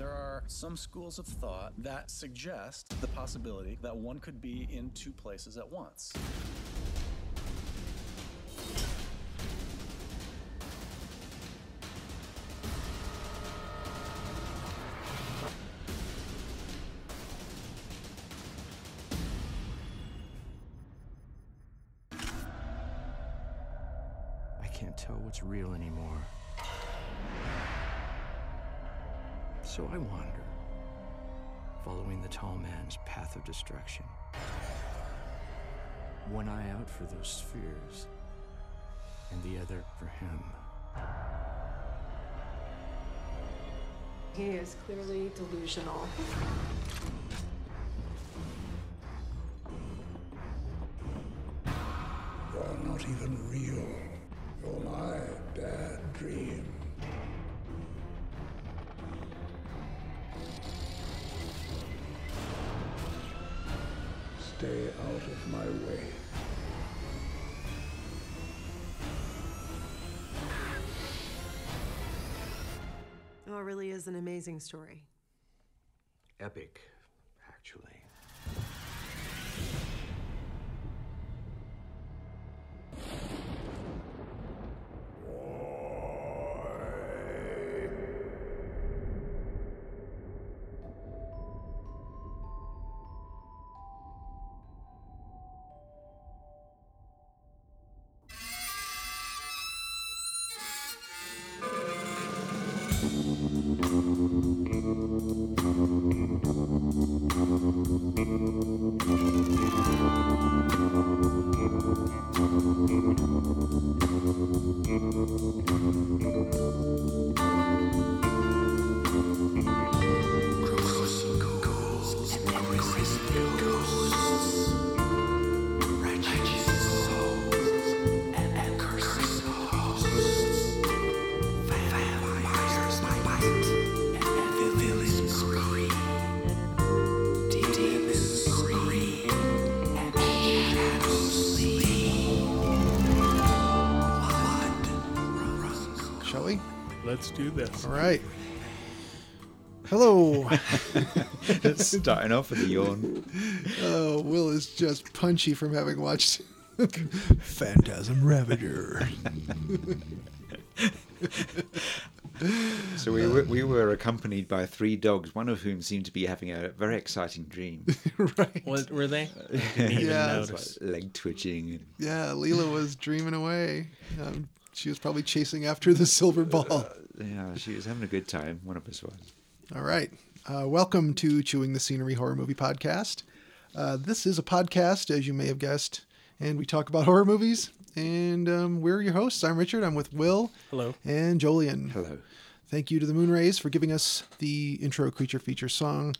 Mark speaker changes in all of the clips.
Speaker 1: are some schools of thought that suggest the possibility that one could be in two places at once.
Speaker 2: I can't tell what's real anymore. So I wander, following the tall man's path of destruction. One eye out for those spheres, and the other for him.
Speaker 3: He is clearly delusional.
Speaker 4: You're not even real. You're my bad dream. Stay out of my way.
Speaker 3: Oh, it really is an amazing story.
Speaker 2: Epic, actually.
Speaker 5: Shall we?
Speaker 6: Let's do this.
Speaker 5: All right. Hello.
Speaker 7: It's starting off with a yawn.
Speaker 5: Oh, Will is just punchy from having watched Phantasm Ravager.
Speaker 7: So we were, we were accompanied by three dogs, one of whom seemed to be having a very exciting dream.
Speaker 5: right.
Speaker 6: Was, were they? I didn't even
Speaker 5: Yeah.
Speaker 7: It's
Speaker 6: notice.
Speaker 7: like leg twitching.
Speaker 5: Yeah, Leela was dreaming away. Um, she was probably chasing after the silver ball.
Speaker 7: Yeah, she was having a good time. One of us was.
Speaker 5: All right. Uh, welcome to Chewing the Scenery Horror Movie Podcast. Uh, this is a podcast, as you may have guessed, and we talk about horror movies. And um, we're your hosts. I'm Richard. I'm with Will
Speaker 6: Hello.
Speaker 5: and Jolien.
Speaker 7: Hello.
Speaker 5: Thank you to the Moonrays for giving us the intro creature feature song,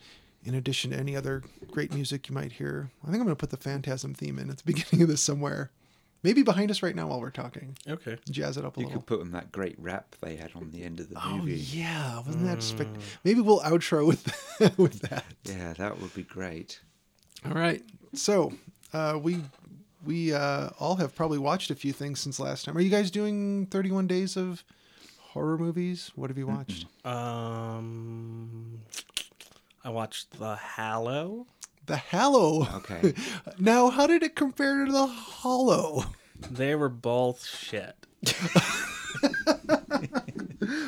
Speaker 5: in addition to any other great music you might hear. I think I'm going to put the Phantasm theme in at the beginning of this somewhere. Maybe behind us right now while we're talking.
Speaker 6: Uh, Okay.
Speaker 5: Jazz it up a
Speaker 7: You
Speaker 5: little.
Speaker 7: could put on that great rap they had on the end of the
Speaker 5: Oh
Speaker 7: movie.
Speaker 5: yeah, wasn't that spec- maybe we'll outro with with that.
Speaker 7: Yeah, that would be great.
Speaker 5: All right. So, uh, we we uh, all have probably watched a few things since last time. Are you guys doing 31 days of horror movies? What have you watched?
Speaker 6: Um, I watched The Hallow.
Speaker 5: The Hallow.
Speaker 7: Okay.
Speaker 5: Now, how did it compare to The Hollow?
Speaker 6: They were both shit.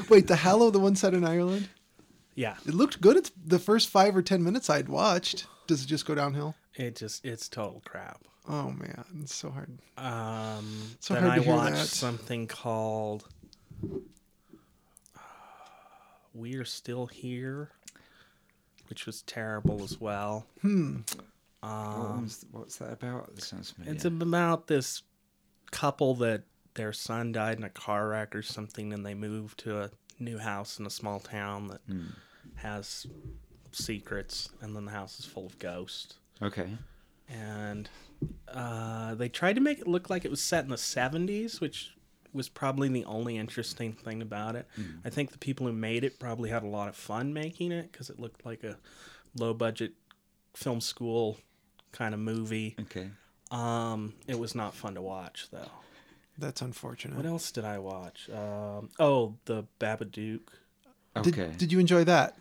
Speaker 5: Wait, The Hallow, the one set in Ireland?
Speaker 6: Yeah.
Speaker 5: It looked good. It's the first five or ten minutes I'd watched. Does it just go downhill?
Speaker 6: It just it's total crap.
Speaker 5: Oh man, it's so hard.
Speaker 6: Um,
Speaker 5: So
Speaker 6: then
Speaker 5: hard
Speaker 6: I
Speaker 5: to hear
Speaker 6: watched
Speaker 5: that.
Speaker 6: something called uh, "We're Still Here," which was terrible as well.
Speaker 7: What was- what's that about? That sounds familiar.
Speaker 6: It's about this couple that their son died in a car wreck or something, and they move to a new house in a small town that has secrets, and then the house is full of ghosts.
Speaker 7: Okay.
Speaker 6: And uh, they tried to make it look like it was set in the 70s, which was probably the only interesting thing about it. I think the people who made it probably had a lot of fun making it because it looked like a low budget film school kind of movie.
Speaker 7: Okay.
Speaker 6: Um, it was not fun to watch though.
Speaker 5: That's
Speaker 6: What
Speaker 5: unfortunate.
Speaker 6: else did I watch? Um, oh, the Babadook.
Speaker 7: Okay.
Speaker 5: Did, did you enjoy that?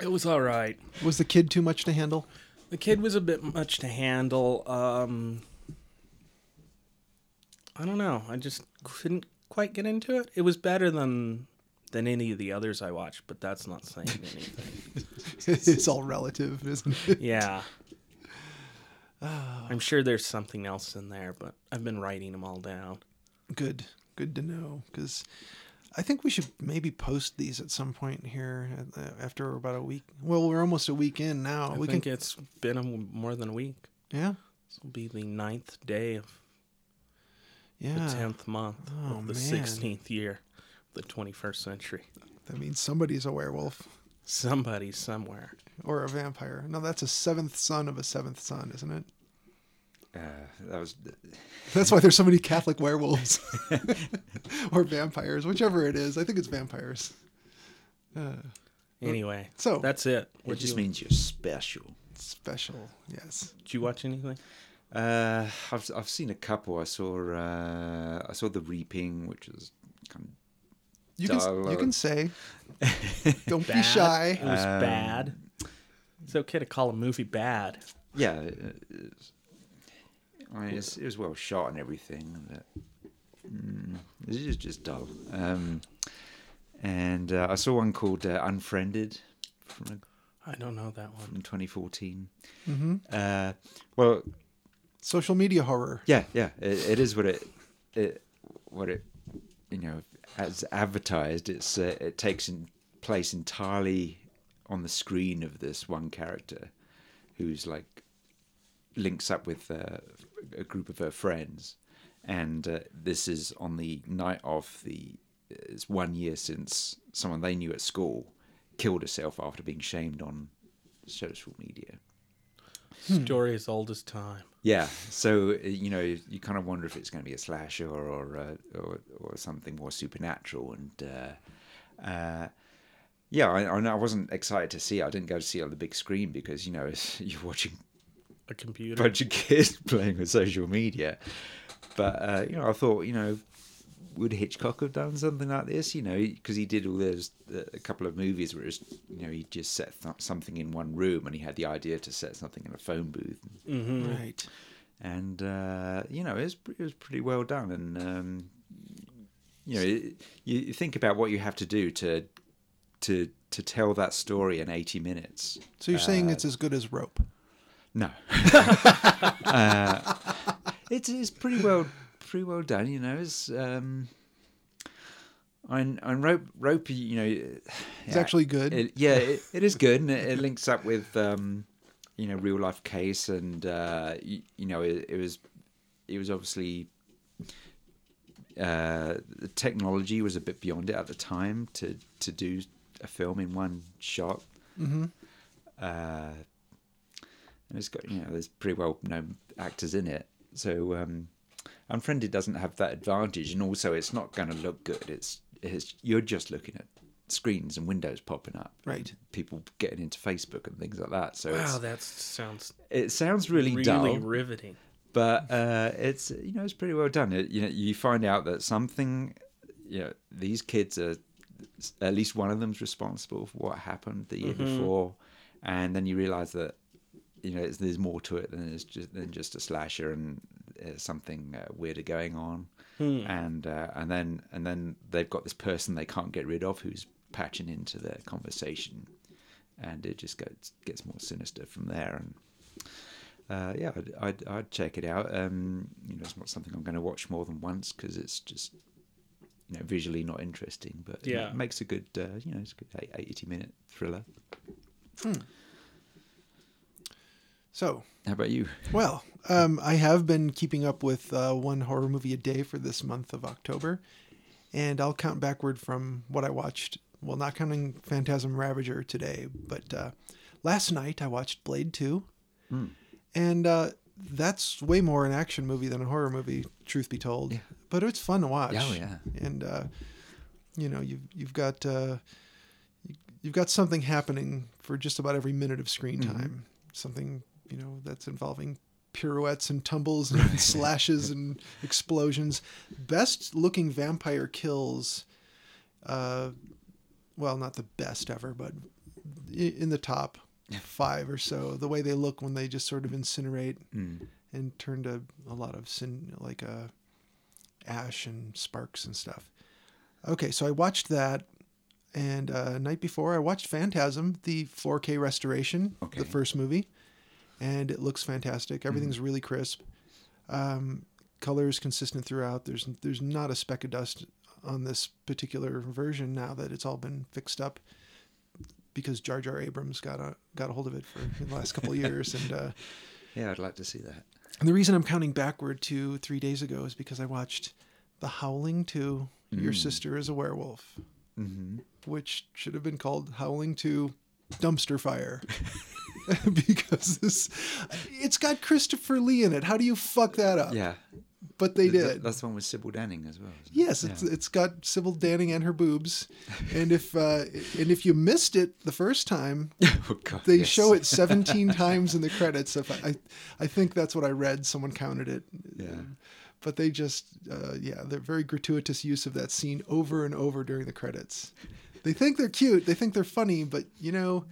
Speaker 6: It was all right.
Speaker 5: Was the kid too much to handle?
Speaker 6: The kid was a bit much to handle. Um, I don't know. I just couldn't quite get into it. It was better than than any of the others I watched, but that's not saying anything.
Speaker 5: it's all relative, isn't it?
Speaker 6: yeah. I'm sure there's something else in there, but I've been writing them all down.
Speaker 5: Good, good to know. Because I think we should maybe post these at some point here at- uh, after about a week. Well, we're almost a week in now.
Speaker 6: I
Speaker 5: we
Speaker 6: think
Speaker 5: can,
Speaker 6: it's been a, more than a week.
Speaker 5: yeah,
Speaker 6: This will be the ninth day of the
Speaker 5: yeah.
Speaker 6: tenth month
Speaker 5: Oh,
Speaker 6: of the
Speaker 5: man.
Speaker 6: sixteenth year, of the twenty-first century.
Speaker 5: That means somebody's a werewolf
Speaker 6: Somebody somewhere.
Speaker 5: or a vampire. No, that's a seventh son of a seventh son, isn't it?
Speaker 7: Uh, that was
Speaker 5: That's why there's so many Catholic werewolves or vampires, whichever it is. I think it's vampires.
Speaker 6: Anyway,
Speaker 5: So-
Speaker 6: that's
Speaker 7: it
Speaker 6: it. What
Speaker 7: just
Speaker 6: you,
Speaker 7: means you're special.
Speaker 5: Special, yes.
Speaker 6: Did you watch anything?
Speaker 7: Uh, I've I've seen a couple. I saw uh, I saw the reaping, which is kind of
Speaker 5: You can
Speaker 7: Dollar.
Speaker 5: you can say. Don't be
Speaker 6: Bad.
Speaker 5: shy.
Speaker 6: It was
Speaker 7: Um,
Speaker 6: bad. It's okay to call a movie bad.
Speaker 7: yeah. It, it's- I mean, it's, it was well shot and everything, but mm, it is just dull. Um, and uh, I saw one called uh, Unfriended from uh, a
Speaker 6: I don't know that one.
Speaker 7: in 2014. Uh, well,
Speaker 5: Social media horror.
Speaker 7: yeah, yeah, it, it is what it, it, what it, you know, as advertised. It's uh, it takes in place entirely on the screen of this one character, who's like links up with uh, a group of her friends, and uh, this is on the night of the. It's one year since someone they knew at school killed herself after being shamed on social media.
Speaker 5: Hmm.
Speaker 6: Story as old as time.
Speaker 7: Yeah, so uh, you know, you kind of wonder if it's going to be a slasher or or, uh, or, or something more supernatural, and uh, uh, yeah, I, I, know I wasn't excited to see. it. I didn't go to see it on the big screen because you know it's, you're watching
Speaker 6: A computer.
Speaker 7: a bunch of kids playing with social media. But uh, you know, I thought you know, would Hitchcock have done something like this? You know, because he did all those uh, a couple of movies where it was, you know he just set th- something in one room, and he had the idea to set something in a phone booth
Speaker 5: Right.
Speaker 7: and uh, you know it was, it was pretty well done and um, you know it, you think about what you have to do to to to tell that story in 80 minutes
Speaker 5: So you're saying it's as good as rope.
Speaker 7: no uh, it's, it's pretty well pretty well done you know it's um on, on rope rope you know it's
Speaker 5: actually good.
Speaker 7: it, yeah it, it is good and it, it links up with um you know real life case and uh you, you know it, it was it was obviously uh the technology was a bit beyond it at the time to to do a film in one shot
Speaker 6: Mm-hmm.
Speaker 7: uh and it's got you know there's pretty well known actors in it so um unfriended doesn't have that advantage and also it's not going to look good it's it's you're just looking at screens and windows popping up
Speaker 5: Right.
Speaker 7: people getting into facebook and things like that so
Speaker 6: Wow,
Speaker 7: it's,
Speaker 6: that sounds
Speaker 7: it sounds really,
Speaker 6: really
Speaker 7: dull
Speaker 6: riveting.
Speaker 7: but uh, it's you know it's pretty well done. It, you know you find out that something, you know these kids are at least one of them's responsible for what happened the year before, and then you realise that you know it's, there's more to it than it's just than just a slasher and uh, something uh, weirder going on, and uh, and then and then they've got this person they can't get rid of who's patching into their conversation, and it just gets gets more sinister from there and uh, yeah, I'd, I'd, I'd check it out. Um, you know, it's not something I'm going to watch more than once because it's just, you know, visually not interesting. But you know,
Speaker 6: Yeah.
Speaker 7: it makes a good, uh, you know, it's a good eight- 80 minute thriller.
Speaker 5: So
Speaker 7: How about you?
Speaker 5: well, um, I have been keeping up with uh, one horror movie a day for this month of October, and I'll count backward from what I watched. Well, not counting Phantasm Ravager today, but uh, last night I watched Blade Two,
Speaker 7: Hmm.
Speaker 5: and uh, that's way more an action movie than a horror movie. Truth be told, but it's fun to watch.
Speaker 7: Oh, yeah.
Speaker 5: and uh, you know you've you've got uh, you- you've got something happening for just about every minute of screen time. Something you know that's involving pirouettes and tumbles and slashes and explosions. Best looking vampire kills. Uh, well, not the best ever, but i- in the top five or so. The way they look when they just sort of incinerate and turn to a lot of sin, like uh, ash and sparks and stuff. Okay, so I watched that, and uh, night before I watched Phantasm, the 4K restoration,
Speaker 7: Okay.
Speaker 5: the first movie, and it looks fantastic. Everything's really crisp. Um, color is consistent throughout. There's there's not a speck of dust on this particular version now that it's all been fixed up because Jar Jar Abrams got a got a hold of it for the last couple of years and. Uh,
Speaker 7: Yeah, I'd like to see that.
Speaker 5: and the reason I'm counting backward to three days ago is because I watched The Howling 2 Your
Speaker 7: Mm.
Speaker 5: Sister is a Werewolf,
Speaker 7: Mm-hmm.
Speaker 5: which should have been called Howling 2 Dumpster Fire. because this, it's got Christopher Lee in it. How do you fuck that up?
Speaker 7: Yeah,
Speaker 5: But they
Speaker 7: Th-
Speaker 5: did.
Speaker 7: That's the one with Sybil Danning as well. isn't it?
Speaker 5: Yes, it's it's got Sybil Danning and her boobs, and if uh, and if you missed it the first time,
Speaker 7: Oh, God,
Speaker 5: they
Speaker 7: yes.
Speaker 5: show it 17 times in the credits. If I, I, I think that's what I read. Someone counted it.
Speaker 7: Yeah.
Speaker 5: But they just, uh, yeah, they're very gratuitous use of that scene over and over during the credits. They think they're cute. They think they're funny. But you know,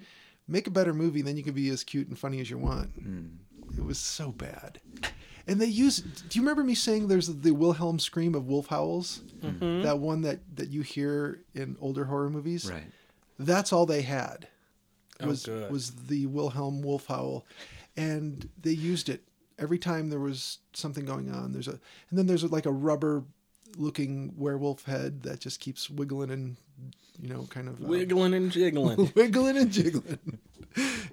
Speaker 5: make a better movie, then you can be as cute and funny as you want.
Speaker 7: Hmm.
Speaker 5: It was so bad. And they use. Do you remember me saying there's the Wilhelm scream of wolf howls? That one that that you hear in older horror movies
Speaker 7: Right.
Speaker 5: that's all they had was
Speaker 6: good.
Speaker 5: was the Wilhelm wolf howl and they used it every time there was something going on there's a and then there's like a rubber looking werewolf head that just keeps wiggling and you know kind of uh,
Speaker 6: Wiggling and jiggling.
Speaker 5: wiggling and jiggling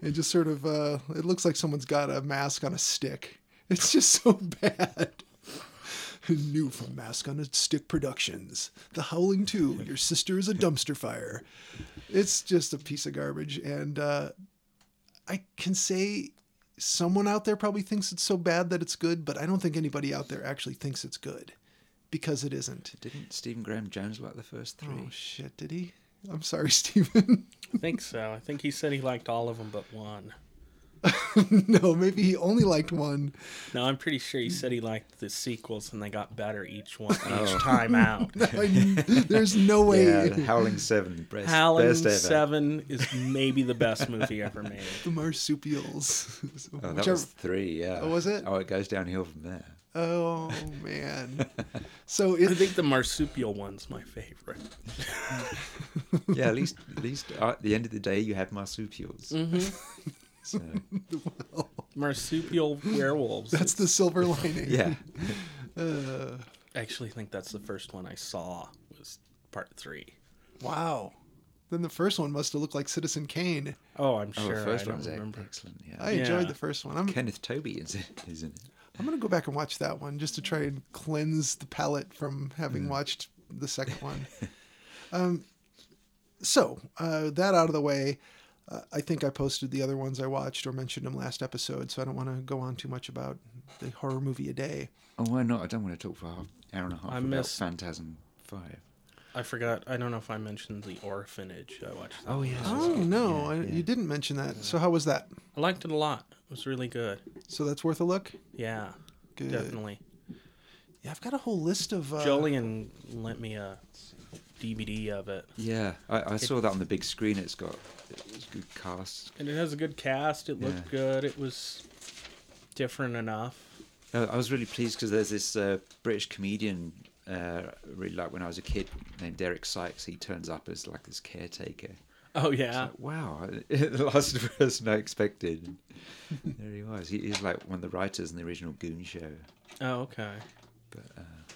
Speaker 5: it just sort of uh it looks like someone's got a mask on a stick it's just so bad New from Mask on a Stick Productions, The Howling 2, Your Sister is a Dumpster Fire. It's just a piece of garbage. And uh, I can say someone out there probably thinks it's so bad that it's good, but I don't think anybody out there actually thinks it's good because it isn't.
Speaker 7: Didn't Stephen Graham Jones like the first three?
Speaker 5: Oh, shit, did he? I'm sorry, Steven.
Speaker 6: I think so. I think he said he liked all of them but one.
Speaker 5: no, maybe he only liked one.
Speaker 6: No, I'm pretty sure he said he liked the sequels and they got better each one each
Speaker 7: Oh.
Speaker 6: time out.
Speaker 5: I- there's no way.
Speaker 7: yeah, the Howling Seven, best,
Speaker 6: Howling
Speaker 7: best ever.
Speaker 6: Seven is maybe the best movie ever made.
Speaker 5: The marsupials.
Speaker 7: Oh, that
Speaker 5: Whichever-
Speaker 7: was three. Yeah.
Speaker 5: Oh, was it?
Speaker 7: Oh, it goes downhill from there.
Speaker 5: oh man. So
Speaker 6: I
Speaker 5: it,
Speaker 6: think the marsupial one's my favorite.
Speaker 7: Yeah, at least, at least uh, at the end of the day, you have marsupials.
Speaker 6: Mm-hmm.
Speaker 7: So,
Speaker 6: Marsupial werewolves.
Speaker 5: That's the silver lining.
Speaker 7: yeah. Oh,
Speaker 6: I actually think that's the first one I saw was part three.
Speaker 5: Wow. Then the first one must have looked like Citizen Kane.
Speaker 6: Oh, I'm
Speaker 7: Oh,
Speaker 6: sure.
Speaker 7: the first
Speaker 6: I don't
Speaker 7: one's
Speaker 6: remember.
Speaker 7: excellent. Yeah.
Speaker 5: I enjoyed
Speaker 6: Yeah.
Speaker 5: the first one. I'm
Speaker 7: Kenneth Toby is it, isn't it?
Speaker 5: I'm gonna go back and watch that one just to try and cleanse the palate from having
Speaker 7: Mm.
Speaker 5: watched the second one. um, so uh, that out of the way, uh, I think I posted the other ones I watched or mentioned them last episode, so I don't want to go on too much about the horror movie a day.
Speaker 7: Oh, why not? I don't want to talk for half hour and a half
Speaker 6: I
Speaker 7: about
Speaker 6: missed-
Speaker 7: Phantasm Five.
Speaker 6: I forgot. I don't know if I mentioned the orphanage. I watched. That.
Speaker 7: Oh yeah.
Speaker 5: Oh no, I, you didn't mention that. So how was that?
Speaker 6: I liked it a lot. It was really good.
Speaker 5: So that's worth a look.
Speaker 6: Yeah,
Speaker 5: Good.
Speaker 6: definitely.
Speaker 5: Yeah, I've got a whole list of uh,
Speaker 6: Jolien lent me a DVD of it,
Speaker 7: Yeah, I, I saw that on the big screen. It's got it's good cast.
Speaker 6: and it has a good cast. It looked
Speaker 7: Yeah.
Speaker 6: good. It was different enough.
Speaker 7: Uh, I was really pleased because there's this uh, British comedian uh, I really like when I was a kid named Derek Sykes. He turns up as like this caretaker.
Speaker 6: Oh yeah,
Speaker 7: Wow, the last person I expected. there he was. He, he's like one of the writers in the original Goon Show. uh,
Speaker 6: Oh, okay.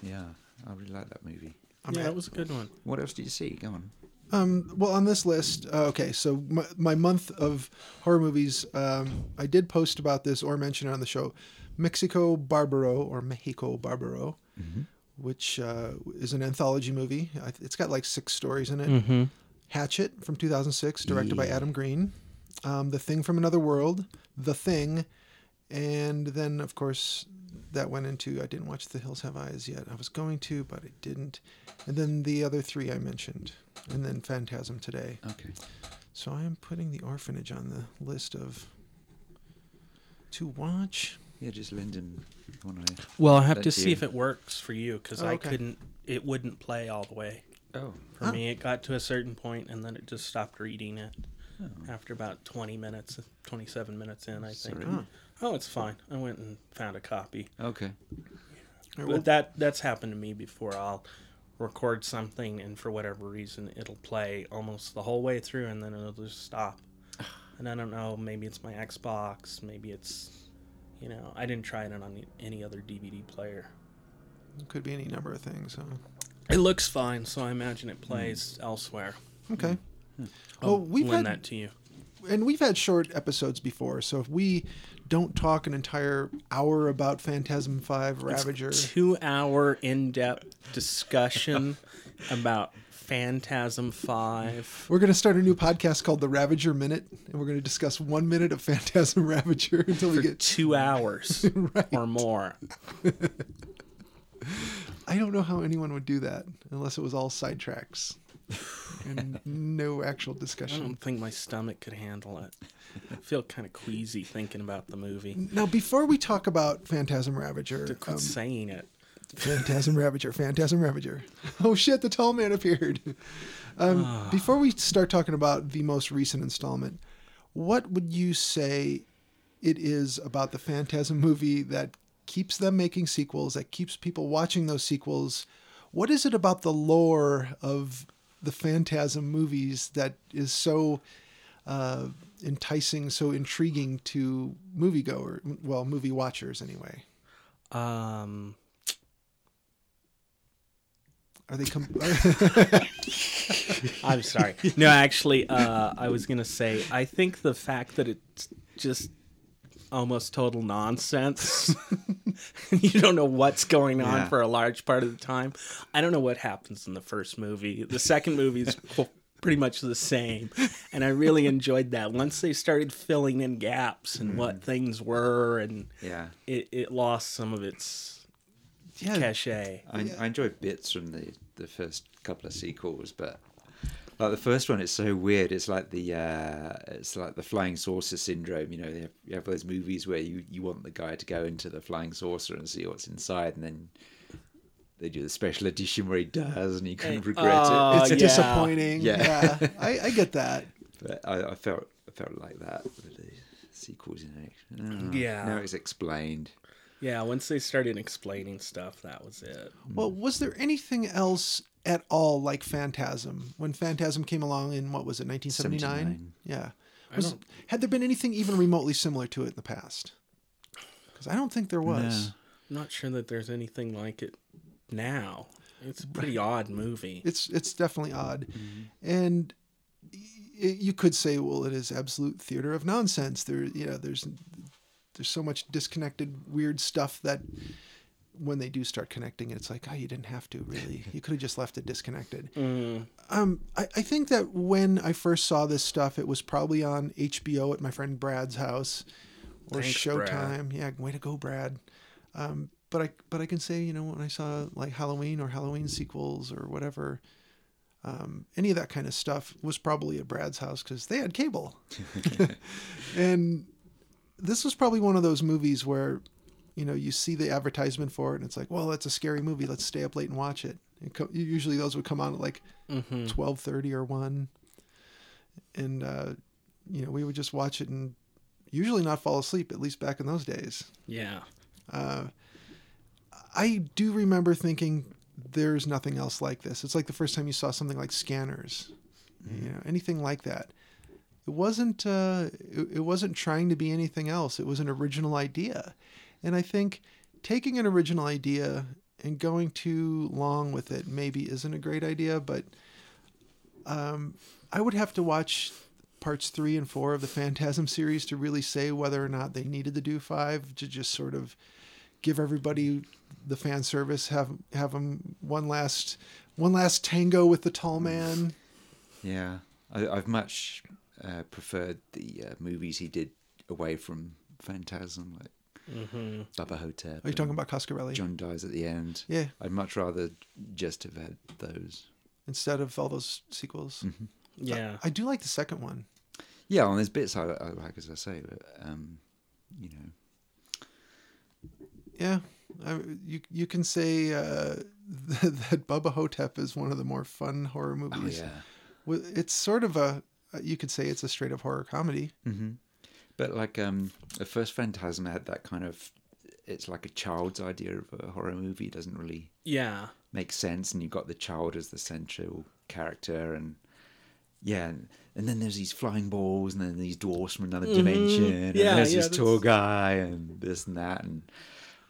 Speaker 7: Yeah, I really like that movie.
Speaker 6: yeah, that was a good one.
Speaker 7: What else did you see? Go on.
Speaker 5: Um, well, on this list, uh, okay, so my, my month of horror movies, um, I did post about this or mention it on the show Mexico Barbaro or Mexico Barbaro, which uh, is an anthology movie. I th- It's got like six stories in it. Hatchet from 2006, directed by Adam Green. Um, the Thing from Another World, The Thing. And then, of course, that went into I didn't watch The Hills Have Eyes yet. I was going to, but I didn't. And then the other three I mentioned. And then Phantasm today.
Speaker 7: Okay.
Speaker 5: So I am putting The Orphanage on the list of to watch.
Speaker 7: Yeah, just Lyndon. the one I-
Speaker 6: Well, I have
Speaker 7: That
Speaker 6: to see
Speaker 7: you-
Speaker 6: if it works for you because
Speaker 5: Oh,
Speaker 6: I
Speaker 5: okay.
Speaker 6: couldn't. It wouldn't play all the way
Speaker 7: Oh,
Speaker 6: for me. It got to a certain point and then it just stopped reading it.
Speaker 7: Oh.
Speaker 6: after about 20 minutes, 27 minutes in, I think.
Speaker 7: Sorry.
Speaker 6: Oh, it's fine. I went and found a copy.
Speaker 7: Okay.
Speaker 5: All right, well,
Speaker 6: But that that's happened to me before. I'll record something, and for whatever reason, it'll play almost the whole way through, and then it'll just stop. And I don't know. Maybe it's my Xbox. Maybe it's, you know, I didn't try it on any other DVD player.
Speaker 5: could be any number of things. Huh?
Speaker 6: It looks fine, so I imagine it plays elsewhere.
Speaker 5: Okay. Well, we've
Speaker 6: Lend
Speaker 5: had
Speaker 6: that to you.
Speaker 5: and we've had short episodes before, so if we don't talk an entire hour about Phantasm Five Ravager,
Speaker 6: Two hour in depth discussion about Phantasm Five.
Speaker 5: we're going to start a new podcast called the Ravager Minute, and we're going to discuss one minute of Phantasm Ravager until we get.
Speaker 6: Two hours or more.
Speaker 5: I don't know how anyone would do that unless it was all sidetracks and no actual
Speaker 6: I
Speaker 5: discussion.
Speaker 6: don't think my stomach could handle it. I feel kind of queasy thinking about the movie.
Speaker 5: Now, before we talk about Phantasm Ravager, um,
Speaker 6: Quit saying it.
Speaker 5: Phantasm Ravager, Phantasm Ravager. Oh shit, the tall man appeared. Um, before we start talking about the most recent installment, what would you say it is about the Phantasm movie that keeps them making sequels, that keeps people watching those sequels? What is it about the lore of the Phantasm movies that is so uh, enticing, so intriguing to moviegoer, well, movie watchers anyway?
Speaker 6: Um,
Speaker 5: Are they com-
Speaker 6: I'm sorry. No, actually, uh, I was gonna say I think the fact that it's just almost total nonsense. you don't know what's going on
Speaker 7: Yeah.
Speaker 6: for a large part of the time. I don't know what happens in the first movie. The second movie is qu- pretty much the same, and I really enjoyed that. Once they started filling in gaps and what things were, and
Speaker 7: Yeah.
Speaker 6: it, it lost some of its
Speaker 5: Yeah.
Speaker 6: cachet.
Speaker 7: I, I enjoy bits from the, the first couple of sequels, but like the first one, it's so weird. It's like the uh, it's like the flying saucer syndrome. You know, you have, you have those movies where you, you want the guy to go into the flying saucer and see what's inside, and then they do the special edition where he does, and you can regret
Speaker 6: oh,
Speaker 7: it.
Speaker 5: it's
Speaker 6: yeah.
Speaker 5: disappointing. Yeah,
Speaker 7: Uh, Yeah.
Speaker 5: I, I get that.
Speaker 7: But I, I felt I felt like that with the sequels in it. Oh,
Speaker 6: Yeah.
Speaker 7: now it's explained.
Speaker 6: Yeah, once they started explaining stuff, that was it.
Speaker 5: Well, was there anything else at all like Phantasm when Phantasm came along in what was it, 1979?
Speaker 7: 79.
Speaker 5: Yeah. Was, had there been anything even remotely similar to it in the past? Because I don't think there was.
Speaker 6: I'm not sure that there's anything like it now. It's a pretty odd movie.
Speaker 5: It's it's definitely odd,
Speaker 6: Mm-hmm.
Speaker 5: and y- you could say, well, it is absolute theater of nonsense. There, you know, there's there's so much disconnected weird stuff that when they do start connecting, it's like, oh, you didn't have to really. You could have just left it disconnected.
Speaker 6: Mm.
Speaker 5: Um, I, I think that when I first saw this stuff, it was probably on HBO at my friend Brad's house or
Speaker 6: Thanks, Brad.
Speaker 5: Showtime. Yeah, way to go, Brad. Um, but I but I can say, you know, when I saw like Halloween or Halloween sequels or whatever, um, any of that kind of stuff was probably at Brad's house because they had cable. and this was probably one of those movies where, you know, you see the advertisement for it and it's like, well, that's a scary movie. Let's stay up late and watch it. And co- usually those would come on at like twelve thirty or one, and uh, you know we would just watch it and usually not fall asleep. At least back in those days.
Speaker 6: Yeah.
Speaker 5: I do remember thinking there's nothing else like this. It's like the first time you saw something like Scanners, you know, anything like that. It wasn't uh, it, it wasn't trying to be anything else. It was an original idea, and I think taking an original idea and going too long with it maybe isn't a great idea. But um, I would have to watch parts three and four of the Phantasm series to really say whether or not they needed to do five to just sort of give everybody the fan service, have have them one last one last tango with the tall man.
Speaker 7: Yeah, I, I've much uh, preferred the uh, movies he did away from Phantasm, like Baba Hotep.
Speaker 5: Are you talking about Coscarelli
Speaker 7: John dies at the end?
Speaker 5: Yeah.
Speaker 7: I'd much rather just have had those.
Speaker 5: instead of all those sequels?
Speaker 7: Mm-hmm.
Speaker 6: Yeah.
Speaker 5: I do like the second one.
Speaker 7: Yeah, well, there's bits I, I like, as I say, but um, you know,
Speaker 5: Yeah, I, you you can say uh, Oh, that, that Bubba Hotep is one of the more fun horror movies.
Speaker 7: Oh, yeah.
Speaker 5: Well, It's sort of a uh, you could say it's a straight up horror comedy.
Speaker 7: But like um, the first Phantasm had that kind of, it's like a child's idea of a horror movie. It doesn't really
Speaker 6: Yeah.
Speaker 7: make sense, and you've got the child as the central character, and yeah, and, and then there's these flying balls, and then these dwarfs from another dimension, and
Speaker 6: Mm-hmm. Yeah,
Speaker 7: there's
Speaker 6: yeah,
Speaker 7: this tall
Speaker 6: that's-
Speaker 7: guy, and this and that, and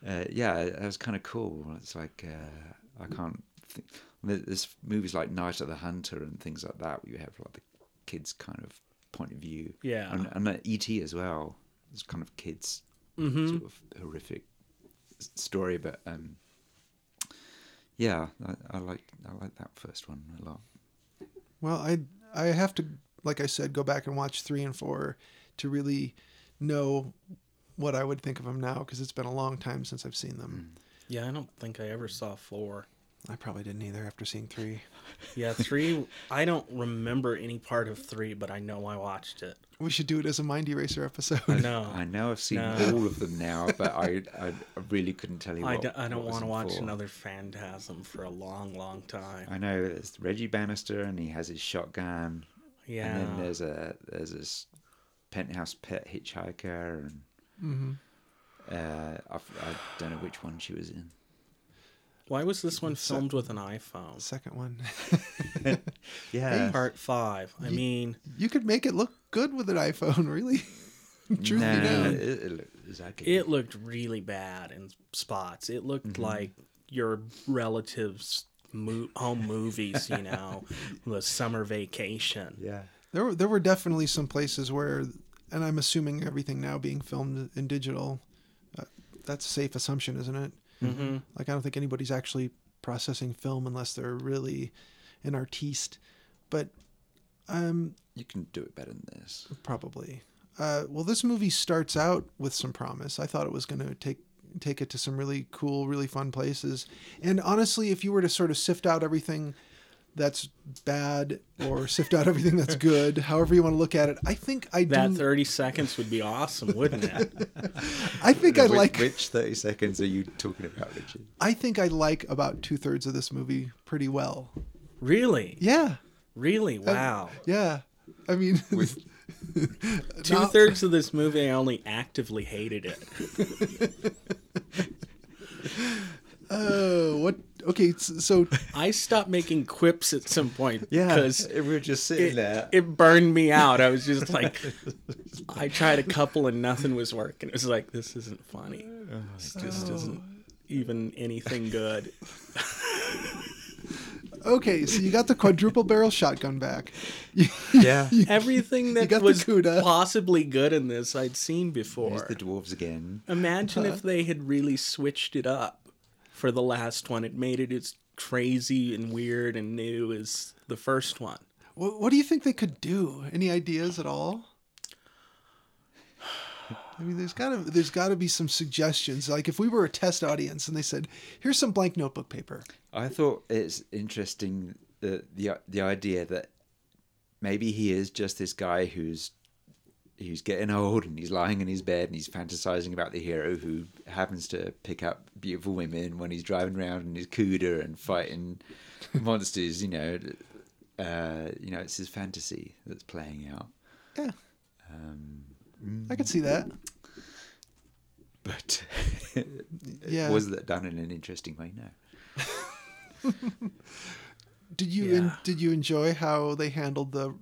Speaker 7: uh, yeah, that was kind of cool. It's like uh, I can't. Think, there- there's movies like Night of the Hunter and things like that, where you have like the kids' kind of point of view,
Speaker 6: Yeah.
Speaker 7: and, and uh, ET as well. It's kind of kids'
Speaker 6: Mm-hmm.
Speaker 7: sort of horrific s- story, but um, yeah, I, I like I like that first one a lot.
Speaker 5: Well, I I have to, like I said, go back and watch three and four to really know what I would think of them now because it's been a long time since I've seen them.
Speaker 6: Yeah, I don't think I ever saw four.
Speaker 7: Hmm.
Speaker 5: I probably didn't either after seeing three.
Speaker 6: Yeah, three. I don't remember any part of three, but I know I watched it.
Speaker 5: We should do it as a mind eraser episode.
Speaker 6: No,
Speaker 7: I know I've seen
Speaker 6: Oh, No.
Speaker 7: all of them now, but I, I I really couldn't tell you. What,
Speaker 6: I, d- I don't
Speaker 7: what was
Speaker 6: want to
Speaker 7: in
Speaker 6: watch
Speaker 7: four.
Speaker 6: another Phantasm for a long, long time.
Speaker 7: I know there's Reggie Bannister, and he has his shotgun.
Speaker 6: Yeah.
Speaker 7: And then there's a there's this penthouse pet hitchhiker, and
Speaker 5: Mm-hmm.
Speaker 7: uh, I, f- I don't know which one she was in.
Speaker 6: Why was this one filmed with an iPhone?
Speaker 5: Second one.
Speaker 7: Yeah,
Speaker 6: Part five. I mean,
Speaker 5: you could make it look good with an iPhone, really. Truth
Speaker 7: no,
Speaker 5: be known.
Speaker 7: it, it, looked- it was ugly.
Speaker 6: it looked really bad in spots. It looked like your relatives' mo- home movies. You know, the summer vacation.
Speaker 7: yeah.
Speaker 5: There were there were definitely some places where, and I'm assuming everything now being filmed in digital, uh, that's a safe assumption, isn't it? Mm-hmm. Like I don't think anybody's actually processing film unless they're really an artiste, but um,
Speaker 7: You can do it better than this.
Speaker 5: probably. Uh, well, this movie starts out with some promise. I thought it was going to take take it to some really cool, really fun places. And honestly, if you were to sort of sift out everything that's bad or sift out everything that's good, however you want to look at it, I think I
Speaker 6: That
Speaker 5: do.
Speaker 6: thirty seconds would be awesome, wouldn't it?
Speaker 5: I think I
Speaker 7: Which-
Speaker 5: like.
Speaker 7: which thirty seconds are you talking about, Richard?
Speaker 5: I think I like about two thirds of this movie pretty well.
Speaker 6: Really,
Speaker 5: Yeah,
Speaker 6: really, wow.
Speaker 5: yeah. I mean,
Speaker 6: Two thirds of this movie, I only actively hated it.
Speaker 5: oh, what? Okay, s- so
Speaker 6: I stopped making quips at some point because
Speaker 7: we were just sitting
Speaker 6: it,
Speaker 7: there.
Speaker 6: it burned me out. I was just like, I tried a couple and nothing was working. It was like, this isn't funny. This
Speaker 5: Oh.
Speaker 6: just isn't even anything good.
Speaker 5: okay, so you got the quadruple barrel shotgun back.
Speaker 7: yeah,
Speaker 6: Everything that
Speaker 5: got the
Speaker 6: was
Speaker 5: CUDA.
Speaker 6: possibly good in this I'd seen
Speaker 7: there's
Speaker 6: before.
Speaker 7: the dwarves again.
Speaker 6: Imagine if they had really switched it up for the last one. It made it as crazy and weird and new as the first one.
Speaker 5: What, what do you think they could do? Any ideas at all? I mean, there's gotta there's gotta be some suggestions. Like if we were a test audience and they said, "Here's some blank notebook paper,"
Speaker 7: I thought it's interesting the the the idea that maybe he is just this guy who's who's getting old and he's lying in his bed and he's fantasizing about the hero who happens to pick up beautiful women when he's driving around in his Cuda and fighting monsters. You know, uh, you know, it's his fantasy that's playing out.
Speaker 5: yeah, I could see that.
Speaker 7: But
Speaker 5: Yeah.
Speaker 7: was that done in an interesting way? No.
Speaker 5: Did you en-
Speaker 6: Yeah.
Speaker 5: did you enjoy how they handled the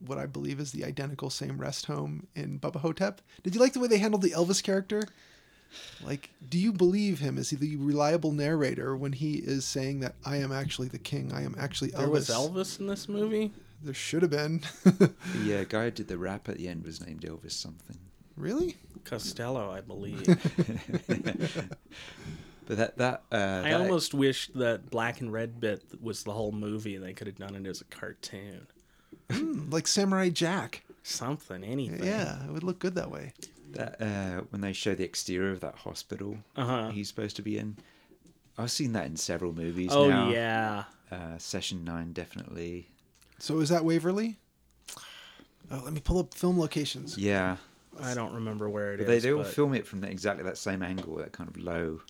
Speaker 5: what I believe is the identical same rest home in Bubba Hotep? Did you like the way they handled the Elvis character? Like, do you believe him? Is he the reliable narrator when he is saying that I am actually the king? I am actually Elvis.
Speaker 6: There was Elvis in this movie?
Speaker 5: There should have been.
Speaker 7: The uh, guy who did the rap at the end was named Elvis something.
Speaker 5: really?
Speaker 6: Costello, I believe.
Speaker 7: But that that uh,
Speaker 6: I
Speaker 7: that-
Speaker 6: almost wished that black and red bit was the whole movie and they could have done it as a cartoon.
Speaker 5: Like Samurai Jack.
Speaker 6: Something, anything.
Speaker 5: Yeah, it would look good that way.
Speaker 7: that uh, when they show the exterior of that hospital
Speaker 6: Uh-huh.
Speaker 7: he's supposed to be in. I've seen that in several movies
Speaker 6: Oh,
Speaker 7: now.
Speaker 6: yeah.
Speaker 7: Uh, Session Nine definitely.
Speaker 5: So is that Waverly? Oh, let me pull up film locations.
Speaker 7: Yeah,
Speaker 6: I don't remember where it is.
Speaker 7: but they they all
Speaker 6: but
Speaker 7: film it from the, exactly that same angle, that kind of low.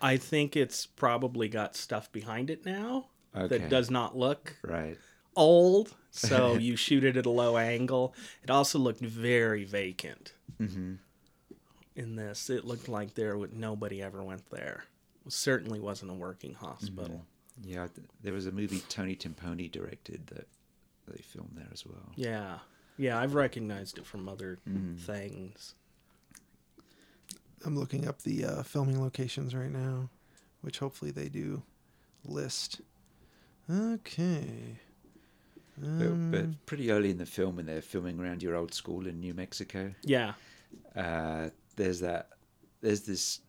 Speaker 6: I think it's probably got stuff behind it now
Speaker 7: Okay.
Speaker 6: that does not look.
Speaker 7: Right.
Speaker 6: old, so you shoot it at a low angle. It also looked very vacant.
Speaker 7: Mm-hmm.
Speaker 6: In this, it looked like there would nobody ever went there. It certainly wasn't a working hospital.
Speaker 7: Yeah, th- there was a movie Tony Timpone directed that they filmed there as well.
Speaker 6: Yeah, yeah, I've recognized it from other
Speaker 7: Mm-hmm.
Speaker 6: things.
Speaker 5: I'm looking up the uh, filming locations right now, which hopefully they do list. Okay.
Speaker 7: But,
Speaker 6: Mm.
Speaker 7: but pretty early in the film, when they're filming around your old school in New Mexico,
Speaker 6: Yeah,
Speaker 7: uh, there's that there's this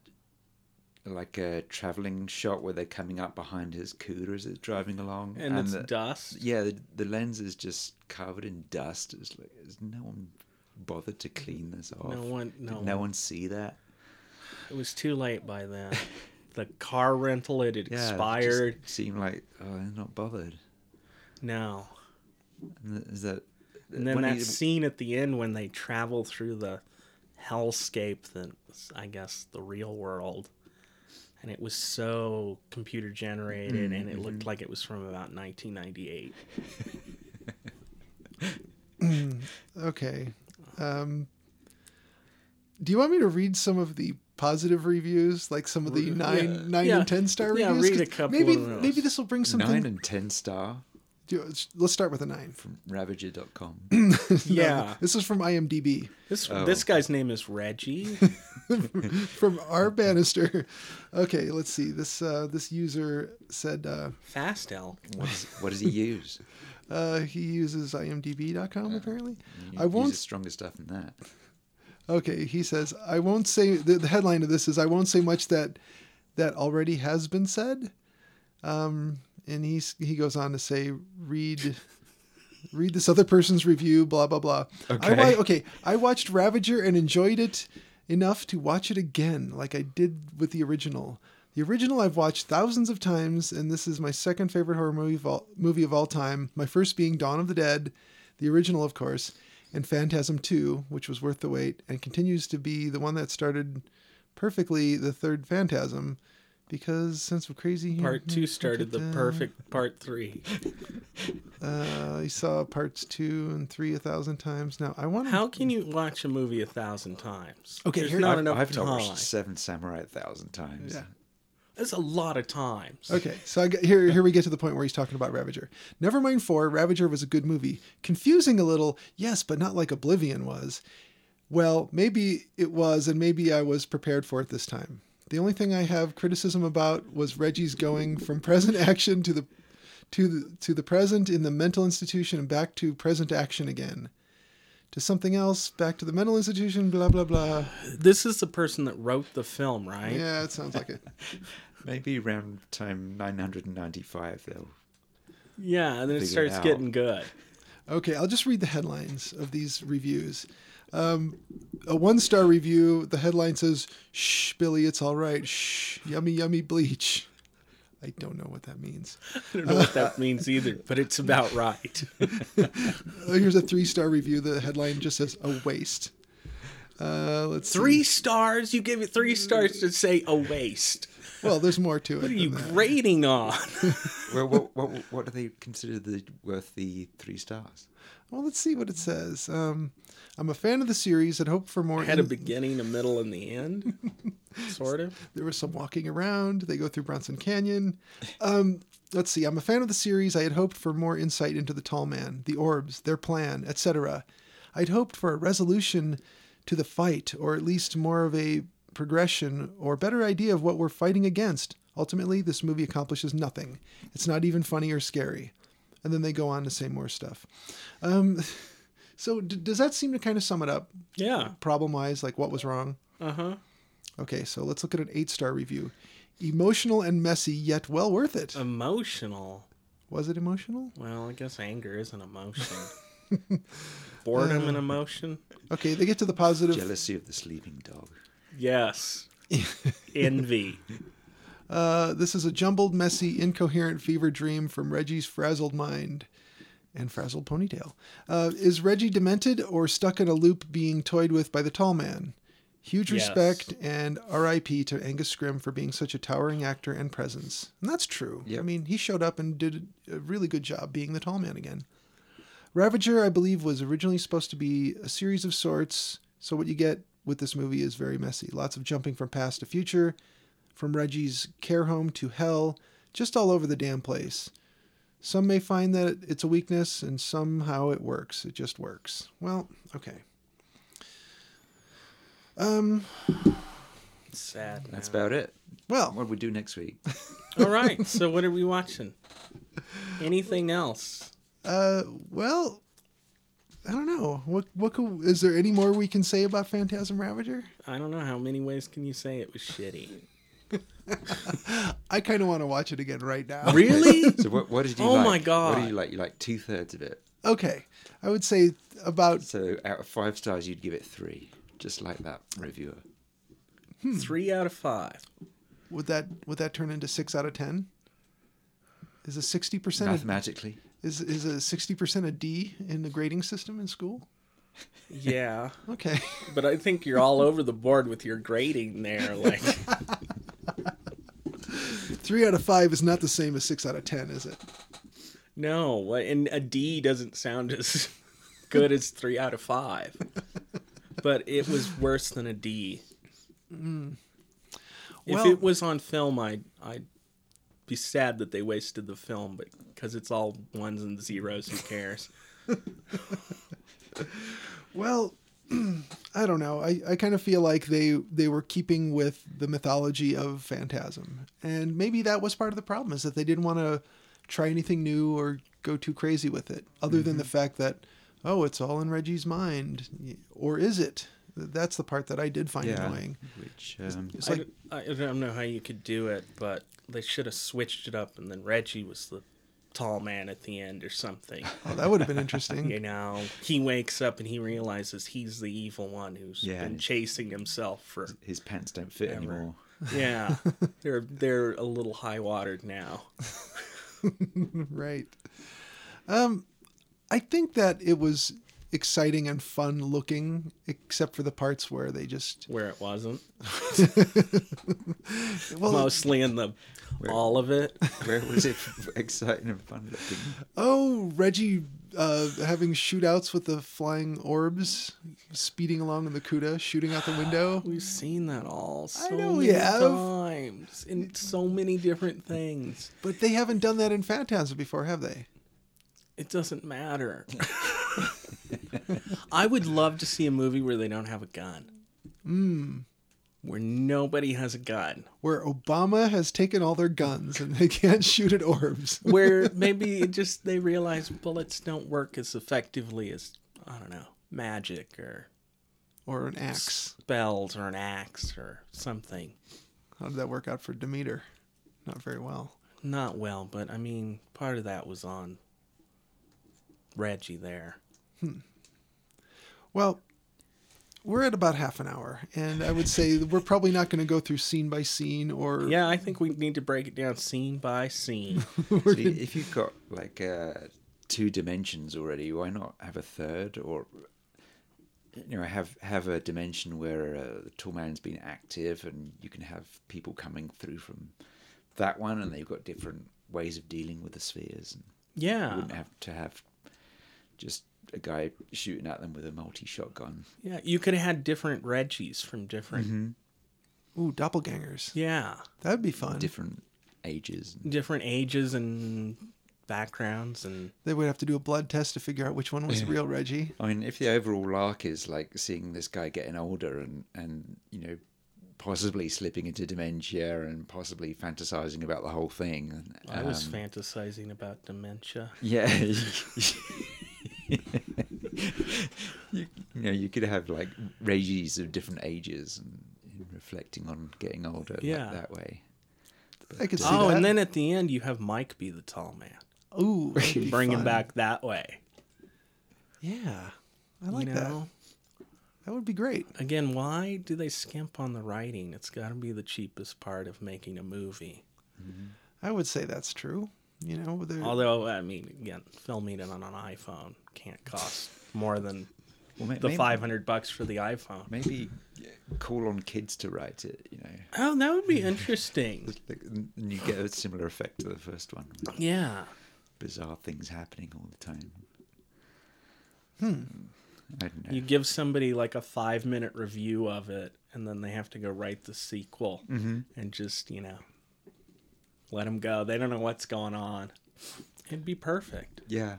Speaker 7: like a traveling shot where they're coming up behind his cooter as it's driving along,
Speaker 6: and, it's
Speaker 7: the-
Speaker 6: dust.
Speaker 7: Yeah, the, the lens is just covered in dust. It's like is no one bothered to clean this off.
Speaker 6: one-
Speaker 7: Did
Speaker 6: no
Speaker 7: no
Speaker 6: one.
Speaker 7: one see that.
Speaker 6: It was too late by then. the car rental it had
Speaker 7: Yeah, it just
Speaker 6: expired.
Speaker 7: Seemed like oh, they're not bothered.
Speaker 6: No.
Speaker 7: And th- is that uh,
Speaker 6: And then
Speaker 7: when
Speaker 6: that
Speaker 7: he-
Speaker 6: scene at the end when they travel through the hellscape that's I guess the real world. And it was so computer generated and it
Speaker 7: Mm-hmm.
Speaker 6: looked like it was from about 1998.
Speaker 5: Okay. Um, do you want me to read some of the positive reviews, like some of the nine, nine
Speaker 6: yeah.
Speaker 5: and ten star
Speaker 6: Yeah,
Speaker 5: reviews?
Speaker 6: read
Speaker 5: 'Cause
Speaker 6: a couple
Speaker 5: Maybe,
Speaker 6: of those.
Speaker 5: maybe this will bring
Speaker 7: nine
Speaker 5: something.
Speaker 7: and ten star
Speaker 5: do- Let's start with a nine.
Speaker 7: from um, Ravager.com.
Speaker 6: yeah.
Speaker 5: This is from IMDb.
Speaker 6: This
Speaker 7: Oh.
Speaker 6: this guy's name is Reggie.
Speaker 5: from R Bannister. Okay, let's see. This uh, this user said uh,
Speaker 6: Fast L.
Speaker 7: what, is, what does he use?
Speaker 5: uh, he uses IMDb.com apparently.
Speaker 7: Uh, He
Speaker 5: I won't.
Speaker 7: uses stronger stuff than that.
Speaker 5: Okay, he says I won't say. The, the headline of this is I won't say much that that already has been said. Um, and he's he goes on to say read. Read this other person's review, blah blah blah. I
Speaker 7: Okay.
Speaker 5: wa- okay, I watched Ravager and enjoyed it enough to watch it again, like I did with the original. The original I've watched thousands of times, and this is my second favorite horror movie of all, movie of all time. My first being Dawn of the Dead, the original, of course, and Phantasm 2, which was worth the wait, and continues to be the one that started perfectly the third Phantasm, because sense of crazy
Speaker 6: Part 2 started the perfect part 3.
Speaker 5: Uh, I saw parts two and three a thousand times. Now I want to
Speaker 6: How can you watch a movie a thousand times?
Speaker 5: Okay,
Speaker 6: There's
Speaker 5: here-
Speaker 6: not
Speaker 7: I've,
Speaker 6: enough
Speaker 7: I've
Speaker 6: time.
Speaker 7: not watched Seven Samurai a thousand times.
Speaker 5: Yeah.
Speaker 6: That's a lot of times.
Speaker 7: Uh,
Speaker 5: Okay, so I got, here here we get to the point where he's talking about Ravager. Never mind four. Ravager was a good movie, confusing a little, yes, but not like Oblivion was. Well, maybe it was, and maybe I was prepared for it this time. The only thing I have criticism about was Reggie's going from present action to the to the to the present in the mental institution and back to present action again. To something else, back to the mental institution, blah blah blah.
Speaker 6: This is the person that wrote the film, right?
Speaker 5: Yeah, it sounds like it.
Speaker 7: Maybe around time 995 they'll
Speaker 6: Yeah, and then it
Speaker 7: Figure it
Speaker 6: starts
Speaker 7: out.
Speaker 6: getting good.
Speaker 5: Okay, I'll just read the headlines of these reviews. Um, a one star review, the headline says, Shh, Billy, it's all right. Shh, yummy, yummy bleach. I don't know what that means.
Speaker 6: I don't know what that means either, but it's about right.
Speaker 5: Oh, here's a three star review. The headline just says, A waste. Uh, let's see.
Speaker 6: three stars? You give it three stars to say a waste.
Speaker 5: Well, there's more to it.
Speaker 6: What are you
Speaker 5: than that.
Speaker 6: grading on?
Speaker 7: well, what, what what do they consider the worth the three stars?
Speaker 5: Well, let's see what it says. Um, I'm a fan of the series and hope for more.
Speaker 6: Had a
Speaker 5: in-
Speaker 6: beginning, a middle, and the end, sort of.
Speaker 5: There was some walking around. They go through Bronson Canyon. Um, let's see. I'm a fan of the series. I had hoped for more insight into the Tall Man, the orbs, their plan, etc. I'd hoped for a resolution to the fight, or at least more of a progression or better idea of what we're fighting against. Ultimately, this movie accomplishes nothing. It's not even funny or scary. And then they go on to say more stuff. Um, so, d- does that seem to kind of sum it up?
Speaker 6: Yeah.
Speaker 5: problem wise, like what was wrong?
Speaker 6: Uh huh.
Speaker 5: Okay, so let's look at an eight star review. Emotional and messy, yet well worth it.
Speaker 6: Um, Emotional.
Speaker 5: Was it emotional?
Speaker 6: Well, I guess anger is an emotion. Boredom an emotion?
Speaker 5: Okay, they get to the positive.
Speaker 7: Jealousy of the sleeping dog.
Speaker 6: Yes. Envy.
Speaker 5: Uh, this is a jumbled, messy, incoherent fever dream from Reggie's frazzled mind and frazzled ponytail. Uh, is Reggie demented or stuck in a loop being toyed with by the tall man? Huge
Speaker 6: Yes.
Speaker 5: respect and RIP to Angus Scrimm for being such a towering actor and presence. And that's true. I
Speaker 7: Yep.
Speaker 5: mean, he showed up and did a really good job being the tall man again. Ravager, I believe, was originally supposed to be a series of sorts. So what you get with this movie is very messy. Lots of jumping from past to future, from Reggie's care home to hell, just all over the damn place. Some may find that it's a weakness, and somehow it works. It just works. Well, okay.
Speaker 6: It's sad.
Speaker 7: That's
Speaker 6: now.
Speaker 7: about it.
Speaker 5: Well,
Speaker 7: What do we do next week?
Speaker 6: All right. So what are we watching? Anything else?
Speaker 5: uh, well, I don't know. What what could, is there any more we can say about Phantasm Ravager?
Speaker 6: I don't know how many ways can you say it was shitty.
Speaker 5: I kind of want to watch it again right now.
Speaker 6: Really?
Speaker 7: So what, what did you
Speaker 6: Oh
Speaker 7: like?
Speaker 6: my
Speaker 7: What
Speaker 6: God.
Speaker 7: did you like? You like two thirds of it.
Speaker 5: Okay, I would say about
Speaker 7: So out of five stars, you'd give it three, just like that reviewer.
Speaker 6: Three out of five.
Speaker 5: would that would that turn into six out of ten? Is a sixty percent
Speaker 7: Mathematically,
Speaker 5: is is a sixty percent a D in the grading system in school?
Speaker 6: Yeah.
Speaker 5: Okay,
Speaker 6: But I think you're all over the board with your grading there. Like,
Speaker 5: three out of five is not the same as six out of ten, is it?
Speaker 6: no. what- And a D doesn't sound as good as three out of five. But it was worse than a D.
Speaker 5: Well-
Speaker 6: if it was on film, I'd, I'd be sad that they wasted the film, but because it's all ones and zeros, who cares?
Speaker 5: Well, I don't know. I, I kind of feel like they they were keeping with the mythology of Phantasm, and maybe that was part of the problem is that they didn't want to try anything new or go too crazy with it. Other than the fact that oh, it's all in Reggie's mind, or is it? That's the part that I did find annoying.
Speaker 7: Which um,
Speaker 5: It's
Speaker 6: I
Speaker 5: like
Speaker 6: d- I, don't, know how you could do it, but they should have switched it up, and then Reggie was the tall man at the end or something.
Speaker 5: oh, that would have been interesting.
Speaker 6: you know, he wakes up and he realizes he's the evil one who's
Speaker 7: Yeah,
Speaker 6: been
Speaker 7: and-
Speaker 6: chasing himself for.
Speaker 7: his pants don't fit anymore.
Speaker 6: Yeah, they're they're a little high watered now.
Speaker 5: right. Um, I think that it was exciting and fun looking, except for the parts where they just
Speaker 6: Where it wasn't,
Speaker 5: well,
Speaker 6: mostly in the all of it.
Speaker 7: Where was it exciting and fun looking?
Speaker 5: Oh, Reggie uh, having shootouts with the flying orbs, speeding along in the CUDA, shooting out the window.
Speaker 6: We've seen that all so
Speaker 5: know we
Speaker 6: many
Speaker 5: have.
Speaker 6: times in so many different things.
Speaker 5: But they haven't done that in Phantasm before, have they?
Speaker 6: It doesn't matter. I would love to see a movie where they don't have a gun.
Speaker 5: Hmm.
Speaker 6: Mm. Where nobody has a gun.
Speaker 5: Where Obama has taken all their guns and they can't shoot at orbs.
Speaker 6: Where maybe it just they realize bullets don't work as effectively as I don't know, magic or
Speaker 5: Or an axe.
Speaker 6: spells or an axe or something.
Speaker 5: How did that work out for Demeter? Not very well.
Speaker 6: Not well, but I mean part of that was on Reggie there.
Speaker 5: Well, we're at about half an hour, and I would say that we're probably not going to go through scene by scene or.
Speaker 6: Yeah, I think we need to break it down scene by scene.
Speaker 7: So i- if you've got like uh, two dimensions already, why not have a third or you know have have a dimension where uh, the tall man's been active and you can have people coming through from that one and they've got different ways of dealing with the spheres and you
Speaker 6: Yeah.
Speaker 7: wouldn't have to have just a guy shooting at them with a multi shotgun.
Speaker 6: Yeah, you could have had different Reggies from different.
Speaker 5: Ooh, doppelgangers.
Speaker 6: Yeah,
Speaker 5: That'd be fun.
Speaker 7: different ages. and-
Speaker 6: different ages and backgrounds and
Speaker 5: They would have to do a blood test to figure out which one was real Reggie.
Speaker 7: I mean, if the overall lark is like seeing this guy getting older and and you know possibly slipping into dementia and possibly fantasizing about the whole thing. and,
Speaker 6: I was
Speaker 7: um,
Speaker 6: fantasizing about dementia.
Speaker 7: yeah. you, you know, you could have like regimes of different ages and, and reflecting on getting older like,
Speaker 6: Yeah.
Speaker 7: that way.
Speaker 5: I could see
Speaker 6: Oh,
Speaker 5: that.
Speaker 6: and then at the end you have Mike be the tall man.
Speaker 5: ooh, that'd be
Speaker 6: Bring him
Speaker 5: fun.
Speaker 6: back that way.
Speaker 5: Yeah, I like
Speaker 6: you
Speaker 5: that.
Speaker 6: know?
Speaker 5: That would be great.
Speaker 6: Again, why do they skimp on the writing? It's got to be the cheapest part of making a movie.
Speaker 5: I would say that's true. You know, they're-
Speaker 6: Although, I mean, again, filming it on an iPhone can't cost more than
Speaker 7: Well, may-
Speaker 6: the
Speaker 7: may-
Speaker 6: 500 bucks for the iPhone.
Speaker 7: Maybe call on kids to write it, you know,
Speaker 6: Oh, that would be interesting.
Speaker 7: and you get a similar effect to the first one.
Speaker 6: Yeah.
Speaker 7: Bizarre things happening all the time. Hmm. I don't know.
Speaker 6: You give somebody like a five minute review of it, and then they have to go write the sequel
Speaker 5: Mm-hmm.
Speaker 6: and just, you know, let them go. They don't know what's going on. It'd be perfect.
Speaker 7: yeah.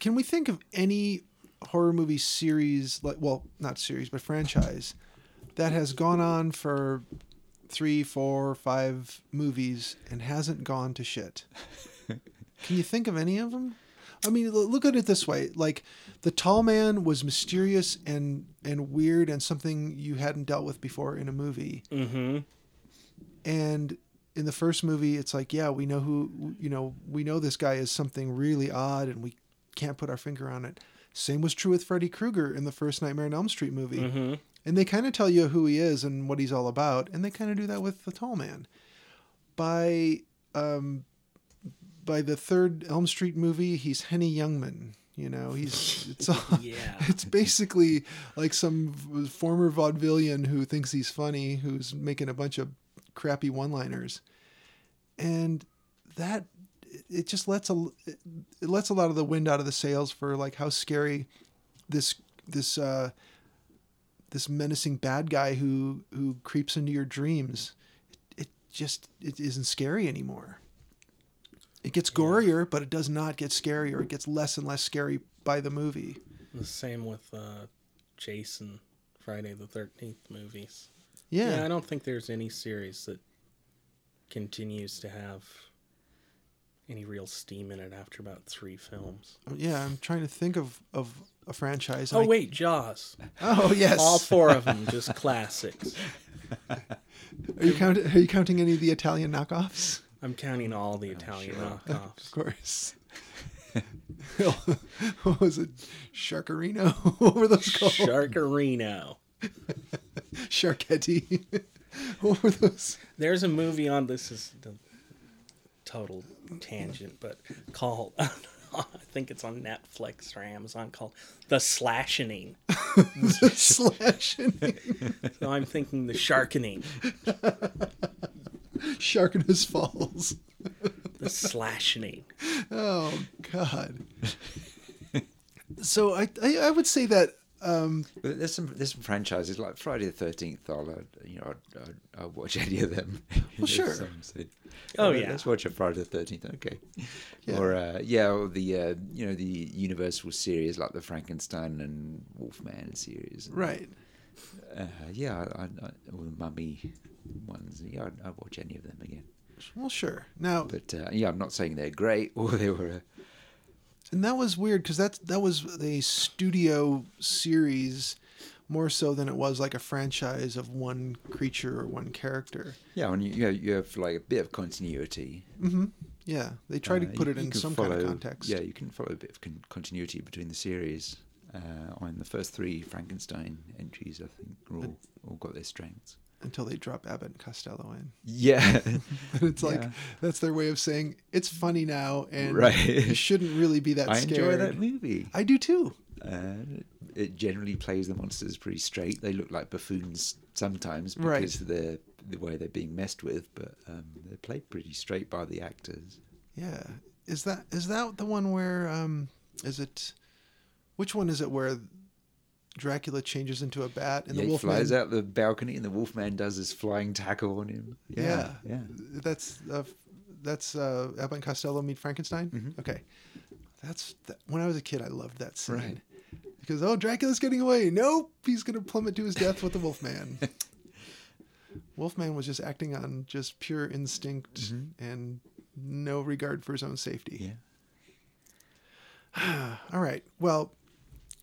Speaker 5: Can we think of any horror movie series, like well, not series, but franchise, that has gone on for three, four, five movies and hasn't gone to shit? Can you think of any of them? I mean, l- look at it this way: like the Tall Man was mysterious and and weird and something you hadn't dealt with before in a movie. Mm-hmm. And in the first movie, it's like, yeah, we know who you know. We know this guy is something really odd, and we can't put our finger on it. Same was true with Freddy Krueger in the first Nightmare on Elm Street movie. And they kind of tell you who he is and what he's all about, and they kind of do that with the Tall Man. By um, by the third Elm Street movie, he's Henny Youngman. You know, he's it's all,
Speaker 6: Yeah.
Speaker 5: it's basically like some v- former vaudevillian who thinks he's funny, who's making a bunch of crappy one-liners, and that it- it just lets a it lets a lot of the wind out of the sails for like how scary this this uh, this menacing bad guy who who creeps into your dreams. It, it just it isn't scary anymore. It gets gorier, but it does not get scarier. It gets less and less scary by the movie.
Speaker 6: The same with uh, Jason, Friday the 13th movies.
Speaker 5: Yeah.
Speaker 6: Yeah. I don't think there's any series that continues to have any real steam in it after about three films.
Speaker 5: yeah, I'm trying to think of, of a franchise. and
Speaker 6: Oh,
Speaker 5: I-
Speaker 6: wait, Jaws.
Speaker 5: Oh, yes.
Speaker 6: All four of them, just classics.
Speaker 5: Are you, count, are you counting any of the Italian knockoffs?
Speaker 6: I'm counting all the Italian knockoffs.
Speaker 5: Of course. what was it? Sharkarino? what were those called?
Speaker 6: Sharkarino.
Speaker 5: Sharketti? what were those?
Speaker 6: There's a movie on this is the total tangent, but called I think it's on Netflix or Amazon called The Slashing.
Speaker 5: Slashing.
Speaker 6: So I'm thinking the Sharkening,
Speaker 5: Sharkinus Falls.
Speaker 6: the Slashing.
Speaker 5: Oh God. so I, I I would say that uh,
Speaker 7: But There's some there's some franchises like Friday the Thirteenth. I'll uh, you know I'd, I'd, I'd watch any of them. There's
Speaker 5: sure.
Speaker 7: some say,
Speaker 6: Oh,
Speaker 7: let-
Speaker 6: yeah.
Speaker 7: Let's watch a Friday the Thirteenth. Okay. Or uh, yeah, or the uh, you know the Universal series like the Frankenstein and Wolfman series.
Speaker 5: right.
Speaker 7: Uh, yeah, I, I, I, all the Mummy ones. Yeah, I'd, I'd watch any of them again.
Speaker 5: Well, sure. Now
Speaker 7: But uh, yeah, I'm not saying they're great or they were. Uh,
Speaker 5: and that was weird because that that was a studio series more so than it was like a franchise of one creature or one character.
Speaker 7: yeah, and you you have, you have like a bit of continuity.
Speaker 5: Yeah, they try to
Speaker 7: Uh,
Speaker 5: put
Speaker 7: you-
Speaker 5: it
Speaker 7: you
Speaker 5: in
Speaker 7: can
Speaker 5: some kind
Speaker 7: follow-
Speaker 5: of context.
Speaker 7: Yeah, you can follow a bit of con- continuity between the series. Uh, on the first three Frankenstein entries, I think, are all, all got their strengths.
Speaker 5: Until they drop Abbott and Costello in,
Speaker 7: Yeah,
Speaker 5: and it's like
Speaker 7: Yeah.
Speaker 5: that's their way of saying it's funny now, and
Speaker 7: Right.
Speaker 5: you shouldn't really be that
Speaker 7: I enjoy
Speaker 5: scared.
Speaker 7: that movie.
Speaker 5: I do too.
Speaker 7: Uh, it generally plays the monsters pretty straight. They look like buffoons sometimes because
Speaker 5: Right.
Speaker 7: of the the way they're being messed with, but um, they're played pretty straight by the actors.
Speaker 5: Yeah. Is that is that the one where um is it which one is it where Dracula changes into a bat and
Speaker 7: yeah,
Speaker 5: the
Speaker 7: he
Speaker 5: wolf
Speaker 7: flies out the balcony, and the Wolfman does his flying tackle on him.
Speaker 5: Yeah.
Speaker 7: yeah.
Speaker 5: That's uh, that's uh Abbott and Costello meet Frankenstein.
Speaker 7: Mm-hmm.
Speaker 5: Okay. That's that, when I was a kid I loved that scene.
Speaker 7: Right.
Speaker 5: Because oh Dracula's getting away. Nope, he's going to plummet to his death with the Wolfman. Wolfman was just acting on just pure instinct
Speaker 7: Mm-hmm.
Speaker 5: and no regard for his own safety.
Speaker 7: yeah.
Speaker 5: All right. Well,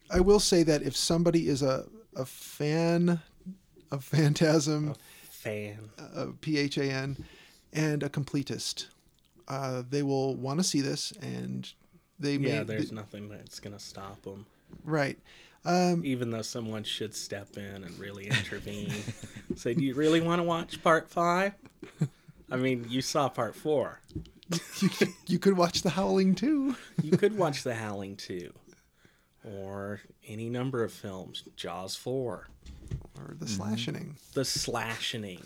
Speaker 5: I will say that if somebody is a, a fan of Phantasm,
Speaker 6: Fan.
Speaker 5: uh, P H A N, and a completist, uh, they will want to see this, and they may
Speaker 6: Yeah, there's nothing that's gonna stop them.
Speaker 5: right.
Speaker 6: Even though someone should step in and really intervene. Say, do you really want to watch part five? I mean, you saw part four.
Speaker 5: You could, you could watch The Howling too.
Speaker 6: You could watch The Howling 2 or any number of films, Jaws 4.
Speaker 5: or the slashing.
Speaker 6: The slashing.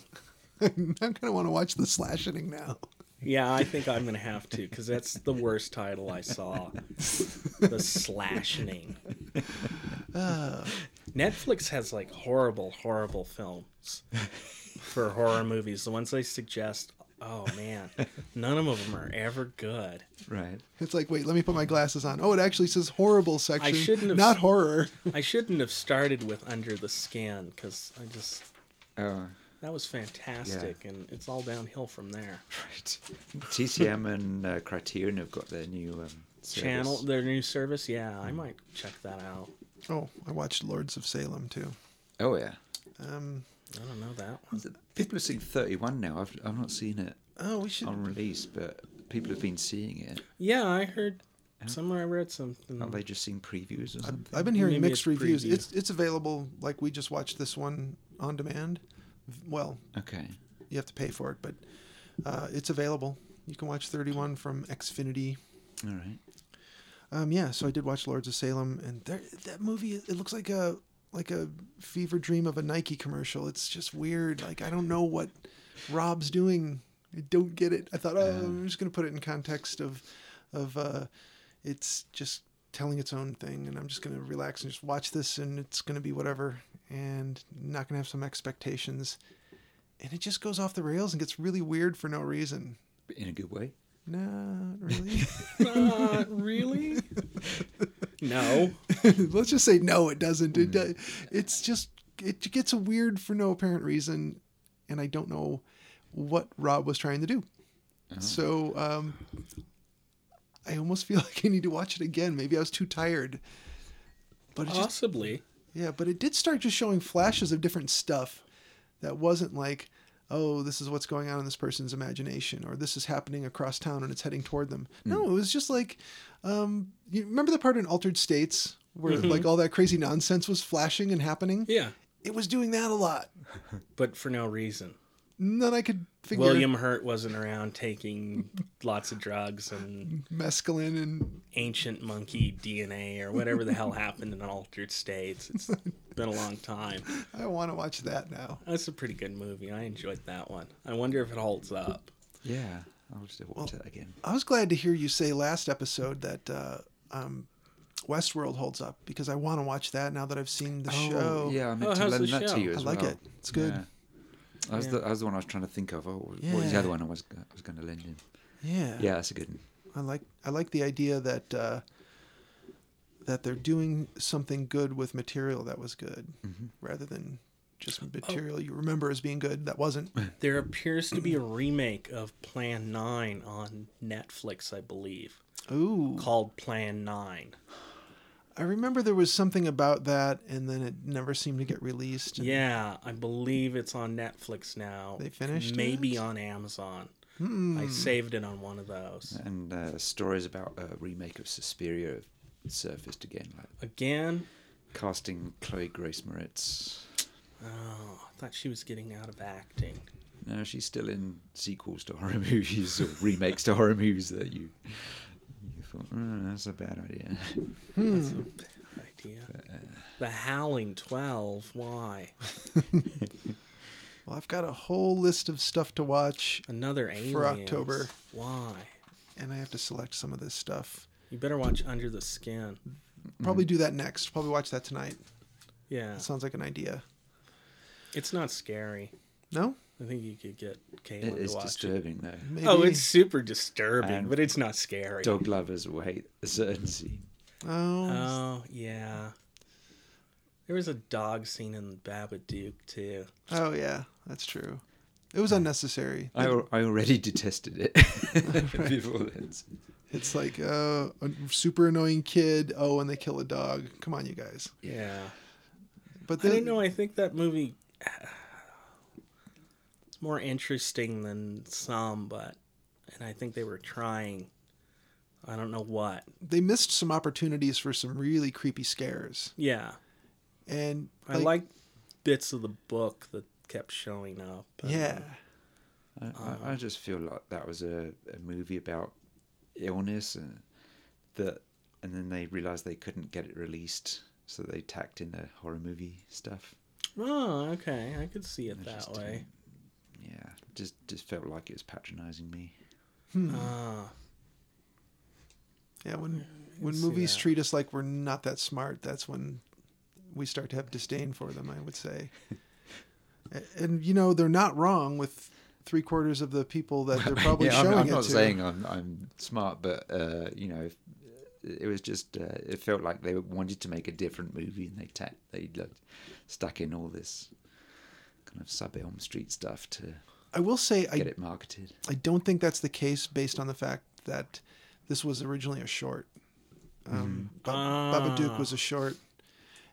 Speaker 5: I'm gonna want to watch the slashing now.
Speaker 6: Yeah, I think I'm gonna have to because that's the worst title I saw. the slashing. Netflix has like horrible, horrible films for horror movies. The ones they suggest, oh man, none of them are ever good.
Speaker 7: Right.
Speaker 5: It's like, wait, let me put my glasses on. Oh, it actually says horrible section,
Speaker 6: shouldn't have
Speaker 5: not
Speaker 6: s-
Speaker 5: horror.
Speaker 6: I shouldn't have started with Under the Skin because I just
Speaker 7: Oh,
Speaker 6: that was fantastic, and it's all downhill from there.
Speaker 7: right. TCM and uh, Criterion have got their new um, service.
Speaker 6: Channel their new service, yeah, I might check that out.
Speaker 5: Oh, I watched Lords of Salem too. Um,
Speaker 7: Oh yeah.
Speaker 6: I don't know that one.
Speaker 7: People have seen 31 now. I've I've not seen it
Speaker 5: Oh, we should.
Speaker 7: on release, but people have been seeing it.
Speaker 6: Yeah, I heard somewhere I read something.
Speaker 7: Have they just seen previews or something?
Speaker 5: I've been hearing
Speaker 6: Maybe
Speaker 5: mixed
Speaker 6: a
Speaker 5: reviews.
Speaker 6: preview.
Speaker 5: It's it's available. Like we just watched this one on demand. V- Well,
Speaker 7: okay.
Speaker 5: you have to pay for it, but uh, it's available. You can watch 31 from Xfinity.
Speaker 7: All right.
Speaker 5: Um, yeah, so I did watch Lords of Salem, and there, that movie it looks like a like a fever dream of a Nike commercial. It's just weird. Like I don't know what Rob's doing. I don't get it. I thought, oh, I'm just gonna put it in context of of uh, it's just telling its own thing, and I'm just gonna relax and just watch this, and it's gonna be whatever, and not gonna have some expectations. And it just goes off the rails and gets really weird for no reason.
Speaker 7: In a good way.
Speaker 5: Not really.
Speaker 6: Uh, really? no.
Speaker 5: let's just say no it doesn't it do- Mm. it's just it gets weird for no apparent reason and i don't know what rob was trying to do so um i almost feel like i need to watch it again maybe i was too tired but it just
Speaker 6: Possibly.
Speaker 5: yeah but it did start just showing flashes of different stuff that wasn't like oh this is what's going on in this person's imagination or this is happening across town and it's heading toward them no it was just like um, you remember the part in altered states where like all that crazy nonsense was flashing and happening
Speaker 6: Yeah.
Speaker 5: it was doing that a lot
Speaker 6: But for no reason.
Speaker 5: none i could figure
Speaker 6: William Hurt wasn't around taking lots of drugs and
Speaker 5: mescaline and
Speaker 6: ancient monkey DNA or whatever the hell happened in Altered States. It's been a long time.
Speaker 5: i want to watch that now
Speaker 6: That's a pretty good movie. I enjoyed that one. I wonder if it holds up.
Speaker 7: Yeah. I'll just watch it again.
Speaker 5: I was glad to hear you say last episode that uh, um, Westworld holds up because I want to watch that now that I've seen the show.
Speaker 7: yeah, I meant
Speaker 6: Oh,
Speaker 7: to
Speaker 6: how's
Speaker 7: lend
Speaker 6: the
Speaker 7: that
Speaker 6: show?
Speaker 7: to you
Speaker 5: I
Speaker 7: as
Speaker 5: like
Speaker 7: well.
Speaker 5: it. It's good.
Speaker 7: Yeah. That was, the, that was the one I was trying to think of. Oh, what was the
Speaker 5: Yeah.
Speaker 7: other one I was I was going to lend him?
Speaker 5: Yeah.
Speaker 7: Yeah, that's a good one.
Speaker 5: I like I like the idea that uh, that they're doing something good with material that was good
Speaker 6: Mm-hmm.
Speaker 5: rather than just
Speaker 6: Oh.
Speaker 5: material you remember as being good that wasn't.
Speaker 6: There appears to be a remake of Plan 9 on Netflix, I believe,
Speaker 5: Ooh.
Speaker 6: called Plan 9.
Speaker 5: I remember there was something about that and then it never seemed to get released. and-
Speaker 6: Yeah, I believe it's on Netflix now.
Speaker 5: They finished
Speaker 6: Maybe
Speaker 5: it? Hmm.
Speaker 6: on Amazon. I saved it on one of those.
Speaker 7: And uh, stories about a remake of Suspiria have surfaced again, like
Speaker 6: Again,
Speaker 7: casting Chloe Grace Moritz.
Speaker 6: oh, I thought she was getting out of acting.
Speaker 7: No, she's still in sequels to horror movies or remakes to horror movies that you you thought "Mm, that's a bad idea.
Speaker 5: Hmm.
Speaker 6: That's a bad idea. The Howling 12, why?
Speaker 5: Well, I've got a whole list of stuff to watch
Speaker 6: Another Aliens.
Speaker 5: October.
Speaker 6: Why?
Speaker 5: and I have to select some of this stuff.
Speaker 6: You better watch Under the Skin.
Speaker 5: Probably
Speaker 6: Mm-hmm.
Speaker 5: do that next. Probably watch that tonight.
Speaker 6: Oh. Yeah.
Speaker 5: That sounds like an idea.
Speaker 6: It's not scary.
Speaker 5: No?
Speaker 6: I think you could get
Speaker 7: It
Speaker 6: Caitlin
Speaker 7: is
Speaker 6: to watch it.
Speaker 7: disturbing though.
Speaker 5: Maybe.
Speaker 6: Oh, it's super disturbing,
Speaker 7: And-
Speaker 6: but it's not scary.
Speaker 7: Dog lovers will hate a certain scene.
Speaker 5: Oh,
Speaker 6: Oh yeah. There was a dog scene in Babadook too.
Speaker 5: oh yeah, that's true. It
Speaker 6: Oh.
Speaker 5: was unnecessary.
Speaker 7: I, al- I already detested it before this.
Speaker 5: It's like uh, a super annoying kid. Oh, and they kill a dog. Come on, you guys.
Speaker 6: Yeah.
Speaker 5: But
Speaker 6: I
Speaker 5: then,
Speaker 6: don't know. I think that movie it's more interesting than some, but and I think they were trying. I don't know what.
Speaker 5: they missed some opportunities for some really creepy scares.
Speaker 6: Yeah,
Speaker 5: And
Speaker 6: I like bits of the book that kept showing up. and-
Speaker 5: yeah,
Speaker 7: I, I, I just feel like that was a, a movie about illness and that and then they realized they couldn't get it released so they tacked in the horror movie stuff
Speaker 6: Oh, okay. I could see it that way.
Speaker 7: Yeah, just just felt like it was patronizing me.
Speaker 6: Ah,
Speaker 5: Yeah, when when
Speaker 6: see
Speaker 5: movies
Speaker 6: that.
Speaker 5: treat us like we're not that smart, that's when we start to have disdain for them. I would say, A- and you know they're not wrong with three quarters of the people that they're probably
Speaker 7: yeah, I'm,
Speaker 5: showing
Speaker 7: I'm
Speaker 5: it
Speaker 7: not
Speaker 5: to.
Speaker 7: saying uh, I'm I'm smart, but uh, you know, it was just uh, it felt like they wanted to make a different movie, and they ta- they like, stuck in all this kind of sub Elm Street stuff to
Speaker 5: I will say
Speaker 7: get
Speaker 5: I
Speaker 7: it marketed.
Speaker 5: I don't think that's the case based on the fact that this was originally a short. Um,
Speaker 6: Mm-hmm.
Speaker 5: Baba Duke was a short,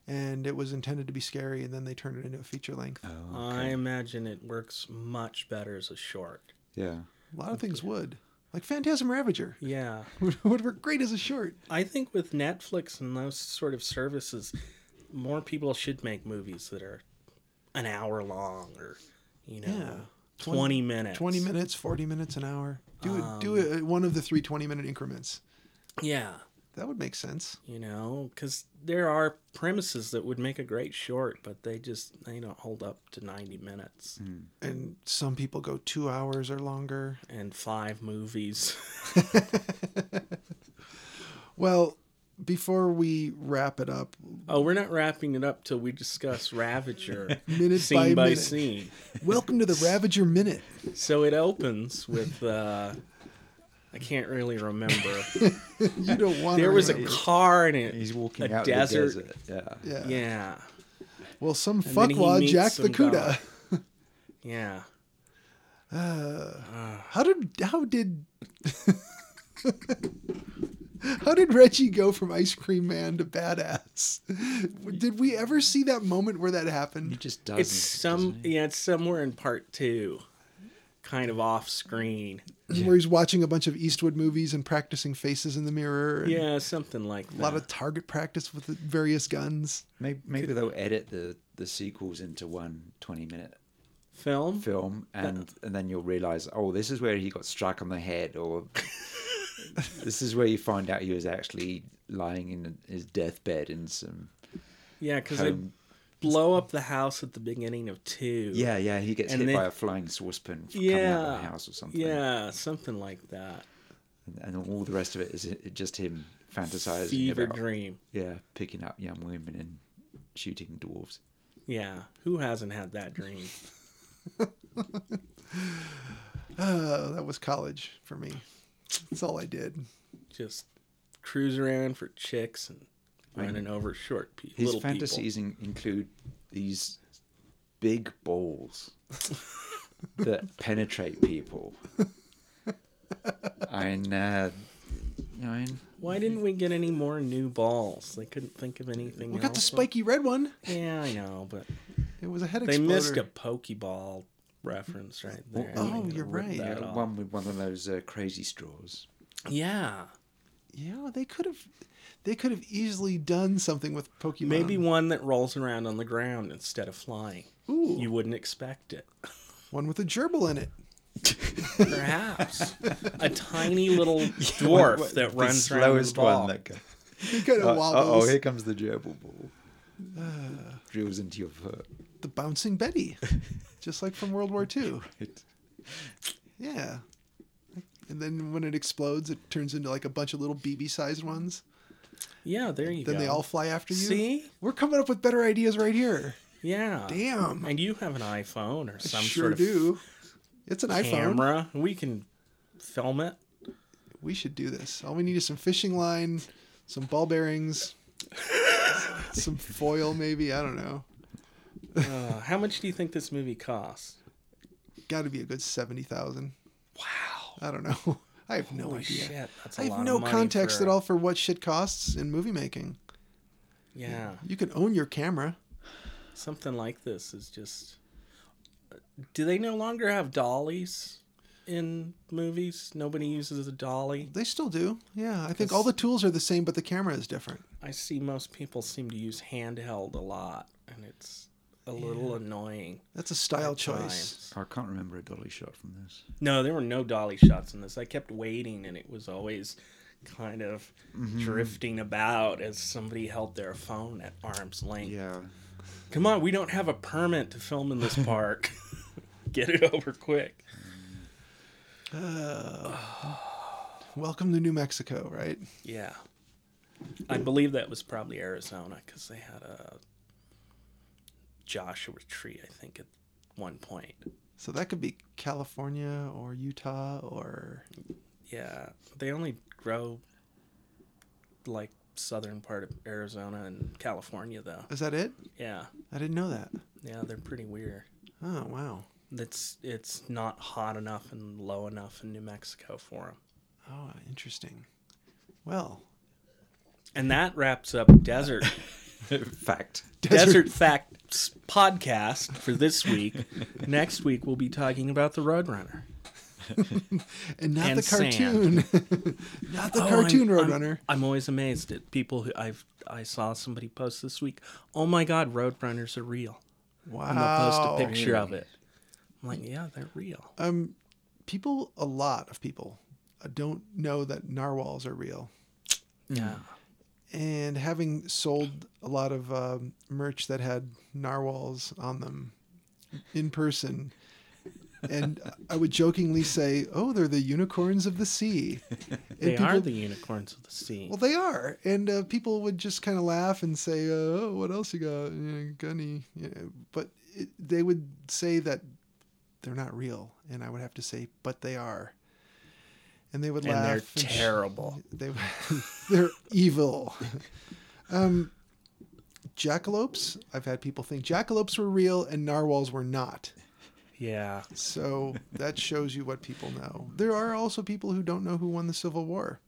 Speaker 5: and it was intended to be scary, and then they turned it into a feature length.
Speaker 6: I imagine it works much better as a short.
Speaker 7: Yeah,
Speaker 5: a lot of things would, like Phantasm Ravager,
Speaker 6: Yeah.
Speaker 5: would work great as a short.
Speaker 6: I think with Netflix and those sort of services, more people should make movies that are an hour long or, you know,
Speaker 5: Yeah.
Speaker 6: 20, minutes.
Speaker 5: 20 minutes, 40 minutes, an hour. Do it,
Speaker 6: Um,
Speaker 5: do it, one of the three 20 minute increments.
Speaker 6: Yeah.
Speaker 5: That would make sense.
Speaker 6: You know, because there are premises that would make a great short, but they just, they don't hold up to 90 minutes
Speaker 5: Hmm. And some people go two hours or longer.
Speaker 6: and five movies.
Speaker 5: Well, before we wrap it up,
Speaker 6: Oh, we're not wrapping it up till we discuss Ravager
Speaker 5: Minute
Speaker 6: scene
Speaker 5: by
Speaker 6: by,
Speaker 5: minute.
Speaker 6: scene.
Speaker 5: welcome to the Ravager Minute.
Speaker 6: So it opens with uh I can't really remember.
Speaker 5: You don't want
Speaker 6: there
Speaker 5: to
Speaker 6: was a
Speaker 5: remember.
Speaker 6: car in it.
Speaker 7: he's walking
Speaker 6: a
Speaker 7: out
Speaker 6: desert.
Speaker 7: the desert. Yeah,
Speaker 5: Yeah.
Speaker 6: Yeah.
Speaker 5: Well, some
Speaker 6: And then he
Speaker 5: fuckwad
Speaker 6: meets
Speaker 5: jacked the
Speaker 6: some
Speaker 5: Cuda.
Speaker 6: guy. Yeah.
Speaker 5: How did how did how did Reggie go from ice cream man to badass? Did we ever see that moment where that
Speaker 7: he
Speaker 5: happened?
Speaker 7: just does.
Speaker 6: It's some yeah, it's somewhere in part two. Kind of off screen.
Speaker 5: Where he's watching a bunch of Eastwood movies and practicing faces in the mirror. And
Speaker 6: Yeah, something like that.
Speaker 5: A lot of target practice with the various guns.
Speaker 7: Maybe, maybe they'll edit the, the sequels into one 20 minute
Speaker 6: film.
Speaker 7: film, and, and then you'll realize, oh, this is where he got struck on the head, or this is where you find out he was actually lying in his deathbed in some.
Speaker 6: Yeah, because they
Speaker 7: Home.
Speaker 6: blow up the house at the beginning of two.
Speaker 7: Yeah, yeah, he gets
Speaker 6: And
Speaker 7: hit
Speaker 6: then-
Speaker 7: by a flying saucepan f- coming out of
Speaker 6: Yeah.
Speaker 7: the house or something.
Speaker 6: Yeah, something like that.
Speaker 7: And, and all the rest of it is i- just him fantasizing
Speaker 6: Fever
Speaker 7: about
Speaker 6: dream.
Speaker 7: yeah, picking up young women and shooting dwarves.
Speaker 6: Yeah. Who hasn't had that dream?
Speaker 5: Uh, that was college for me. That's all I did.
Speaker 6: just cruise around for chicks and running over short pe-
Speaker 7: His
Speaker 6: little
Speaker 7: fantasies in- include these big balls that penetrate people. And, uh, I mean,
Speaker 6: people. Why didn't we get any more new balls? They couldn't think of anything.
Speaker 5: We got the
Speaker 6: else.
Speaker 5: spiky red one.
Speaker 6: Yeah, I know, but
Speaker 5: It was a head
Speaker 6: they
Speaker 5: exploder.
Speaker 6: missed a pokeball reference right there.
Speaker 7: oh,
Speaker 6: I'm gonna
Speaker 5: you're
Speaker 6: rip
Speaker 5: right.
Speaker 6: that
Speaker 7: uh,
Speaker 6: off.
Speaker 7: one with one of those uh, crazy straws.
Speaker 6: Yeah,
Speaker 5: Yeah, they could have. They could have easily done something with Pokemon.
Speaker 6: maybe one that rolls around on the ground instead of flying.
Speaker 5: Ooh.
Speaker 6: You wouldn't expect it.
Speaker 5: one with a gerbil in it.
Speaker 6: Perhaps a tiny little dwarf that runs
Speaker 7: the
Speaker 6: around the
Speaker 7: slowest
Speaker 6: ball.
Speaker 7: one that goes.
Speaker 5: He kind
Speaker 6: Uh,
Speaker 5: of
Speaker 7: Oh,
Speaker 5: wobbles.
Speaker 7: here comes the gerbil ball. Drills into your foot.
Speaker 5: The bouncing Betty, just like from World War II.
Speaker 7: It-
Speaker 5: Yeah. And then when it explodes, it turns into like a bunch of little BB-sized ones.
Speaker 6: Yeah, there you
Speaker 5: Then
Speaker 6: go.
Speaker 5: they all fly after you.
Speaker 6: See?
Speaker 5: we're coming up with better ideas right here.
Speaker 6: Yeah.
Speaker 5: Damn,
Speaker 6: And you have an iPhone or some
Speaker 5: sure
Speaker 6: sort of
Speaker 5: do. It's an iPhone.
Speaker 6: camera. We can film it.
Speaker 5: We should do this. All we need is some fishing line, some ball bearings, some foil, maybe. I don't know.
Speaker 6: Uh, how much do you think this movie costs?
Speaker 5: Got to be a good seventy thousand. Wow. I don't know. I have no
Speaker 6: Holy
Speaker 5: idea.
Speaker 6: shit, that's a
Speaker 5: I have
Speaker 6: lot of
Speaker 5: no
Speaker 6: money
Speaker 5: context
Speaker 6: for-
Speaker 5: at all for what shit costs in movie making.
Speaker 6: Yeah,
Speaker 5: You can own your camera.
Speaker 6: something like this is just. uh, Do they no longer have dollies in movies? Nobody uses a dolly.
Speaker 5: They still do. Yeah, I think all the tools are the same, but the camera is different.
Speaker 6: I see most people seem to use handheld a lot, and it's a little annoying.
Speaker 5: That's a style choice.
Speaker 6: times.
Speaker 7: I can't remember a dolly shot from this.
Speaker 6: No, there were no dolly shots in this. I kept waiting, and it was always kind of drifting about as somebody held their phone at arm's length.
Speaker 7: Yeah.
Speaker 6: Come on, we don't have a permit to film in this park. Get it over quick.
Speaker 5: Welcome to New Mexico, right?
Speaker 6: Yeah. I believe that was probably Arizona because they had a Joshua tree, I think, at one point.
Speaker 5: So that could be California or Utah or
Speaker 6: Yeah. They only grow like southern part of Arizona and California, though.
Speaker 5: is that it?
Speaker 6: Yeah.
Speaker 5: I didn't know that.
Speaker 6: Yeah, they're pretty weird.
Speaker 5: Oh wow.
Speaker 6: It's, it's not hot enough and low enough in New Mexico for them.
Speaker 5: Oh, interesting. Well,
Speaker 6: And that wraps up Desert
Speaker 7: Fact.
Speaker 6: Desert Facts podcast for this week. Next week we'll be talking about the Roadrunner.
Speaker 5: and Oh, not
Speaker 6: And
Speaker 5: the cartoon, not the cartoon Roadrunner.
Speaker 6: I'm, always amazed at people who I've I saw somebody post this week. Oh my God, Roadrunners are real. And they'll post
Speaker 5: Wow. Uh,
Speaker 6: a picture of it. I'm like, yeah, they're real.
Speaker 5: People, a lot of people, uh, don't know that narwhals are real.
Speaker 6: yeah.
Speaker 5: And having sold a lot of um, merch that had narwhals on them in person, and I would jokingly say, "Oh, they're the unicorns of the sea." And
Speaker 6: They are
Speaker 5: people-
Speaker 6: the unicorns of the sea.
Speaker 5: Well, they are, and uh, people would just kind of laugh and say, uh, "Oh, what else you got, yeah, Gunny?" You know, but it, they would say that they're not real, and I would have to say, "But they are," and they would
Speaker 6: and they're
Speaker 5: laugh. and sh-
Speaker 6: terrible.
Speaker 5: they, they're evil. um, jackalopes. I've had people think jackalopes were real and narwhals were not.
Speaker 6: yeah.
Speaker 5: So that shows you what people know. There are also people who don't know who won the Civil War.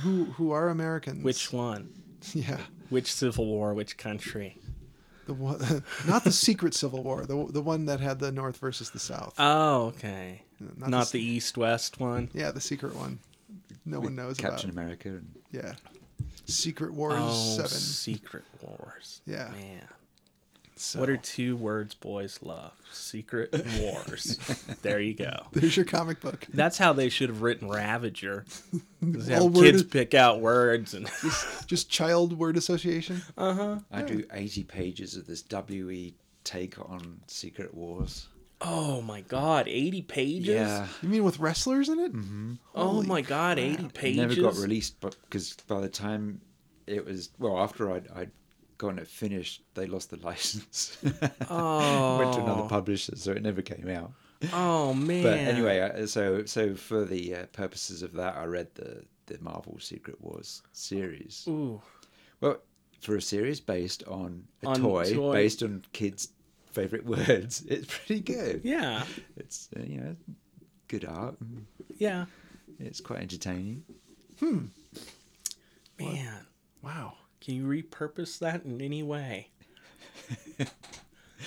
Speaker 5: Who, who are Americans?
Speaker 6: Which one?
Speaker 5: Yeah,
Speaker 6: Which Civil War? Which country?
Speaker 5: the one, not the secret Civil War, the the one that had the North versus the South.
Speaker 6: Oh, okay.
Speaker 5: Not
Speaker 6: Not,
Speaker 5: the-
Speaker 6: the East West one.
Speaker 5: yeah, the secret one. No one knows
Speaker 7: Captain
Speaker 5: about.
Speaker 7: America and
Speaker 5: Yeah, Secret War
Speaker 6: Oh,
Speaker 5: seven.
Speaker 6: Secret Wars.
Speaker 5: Yeah.
Speaker 6: Man.
Speaker 5: So
Speaker 6: What are two words boys love? Secret Wars. there you go.
Speaker 5: there's your comic book.
Speaker 6: That's how they should have written Ravager. Is
Speaker 5: All
Speaker 6: have
Speaker 5: word-
Speaker 6: kids pick out words and
Speaker 5: Just child word association.
Speaker 6: Uh,
Speaker 7: I do 80 pages of this WE take on Secret Wars.
Speaker 6: oh my god, eighty pages.
Speaker 7: Yeah.
Speaker 5: You mean with wrestlers in it?
Speaker 6: Oh my god, eighty pages.
Speaker 7: Never got released but because by the time it was, well, after I'd, I'd gotten it finished, they lost the license.
Speaker 6: Oh,
Speaker 7: Went to another publisher, so it never came out.
Speaker 6: oh man.
Speaker 7: But anyway, I- so so for the uh, purposes of that, I read the the Marvel Secret Wars series.
Speaker 6: Ooh.
Speaker 7: Well, for a series based on a
Speaker 6: On
Speaker 7: toy,
Speaker 6: toy.
Speaker 7: based on kids' favorite words, it's pretty good.
Speaker 6: Yeah.
Speaker 7: It's uh, you know good art. and
Speaker 6: Yeah.
Speaker 7: It's quite entertaining.
Speaker 6: Man.
Speaker 5: Wow.
Speaker 6: Can you repurpose that in any way?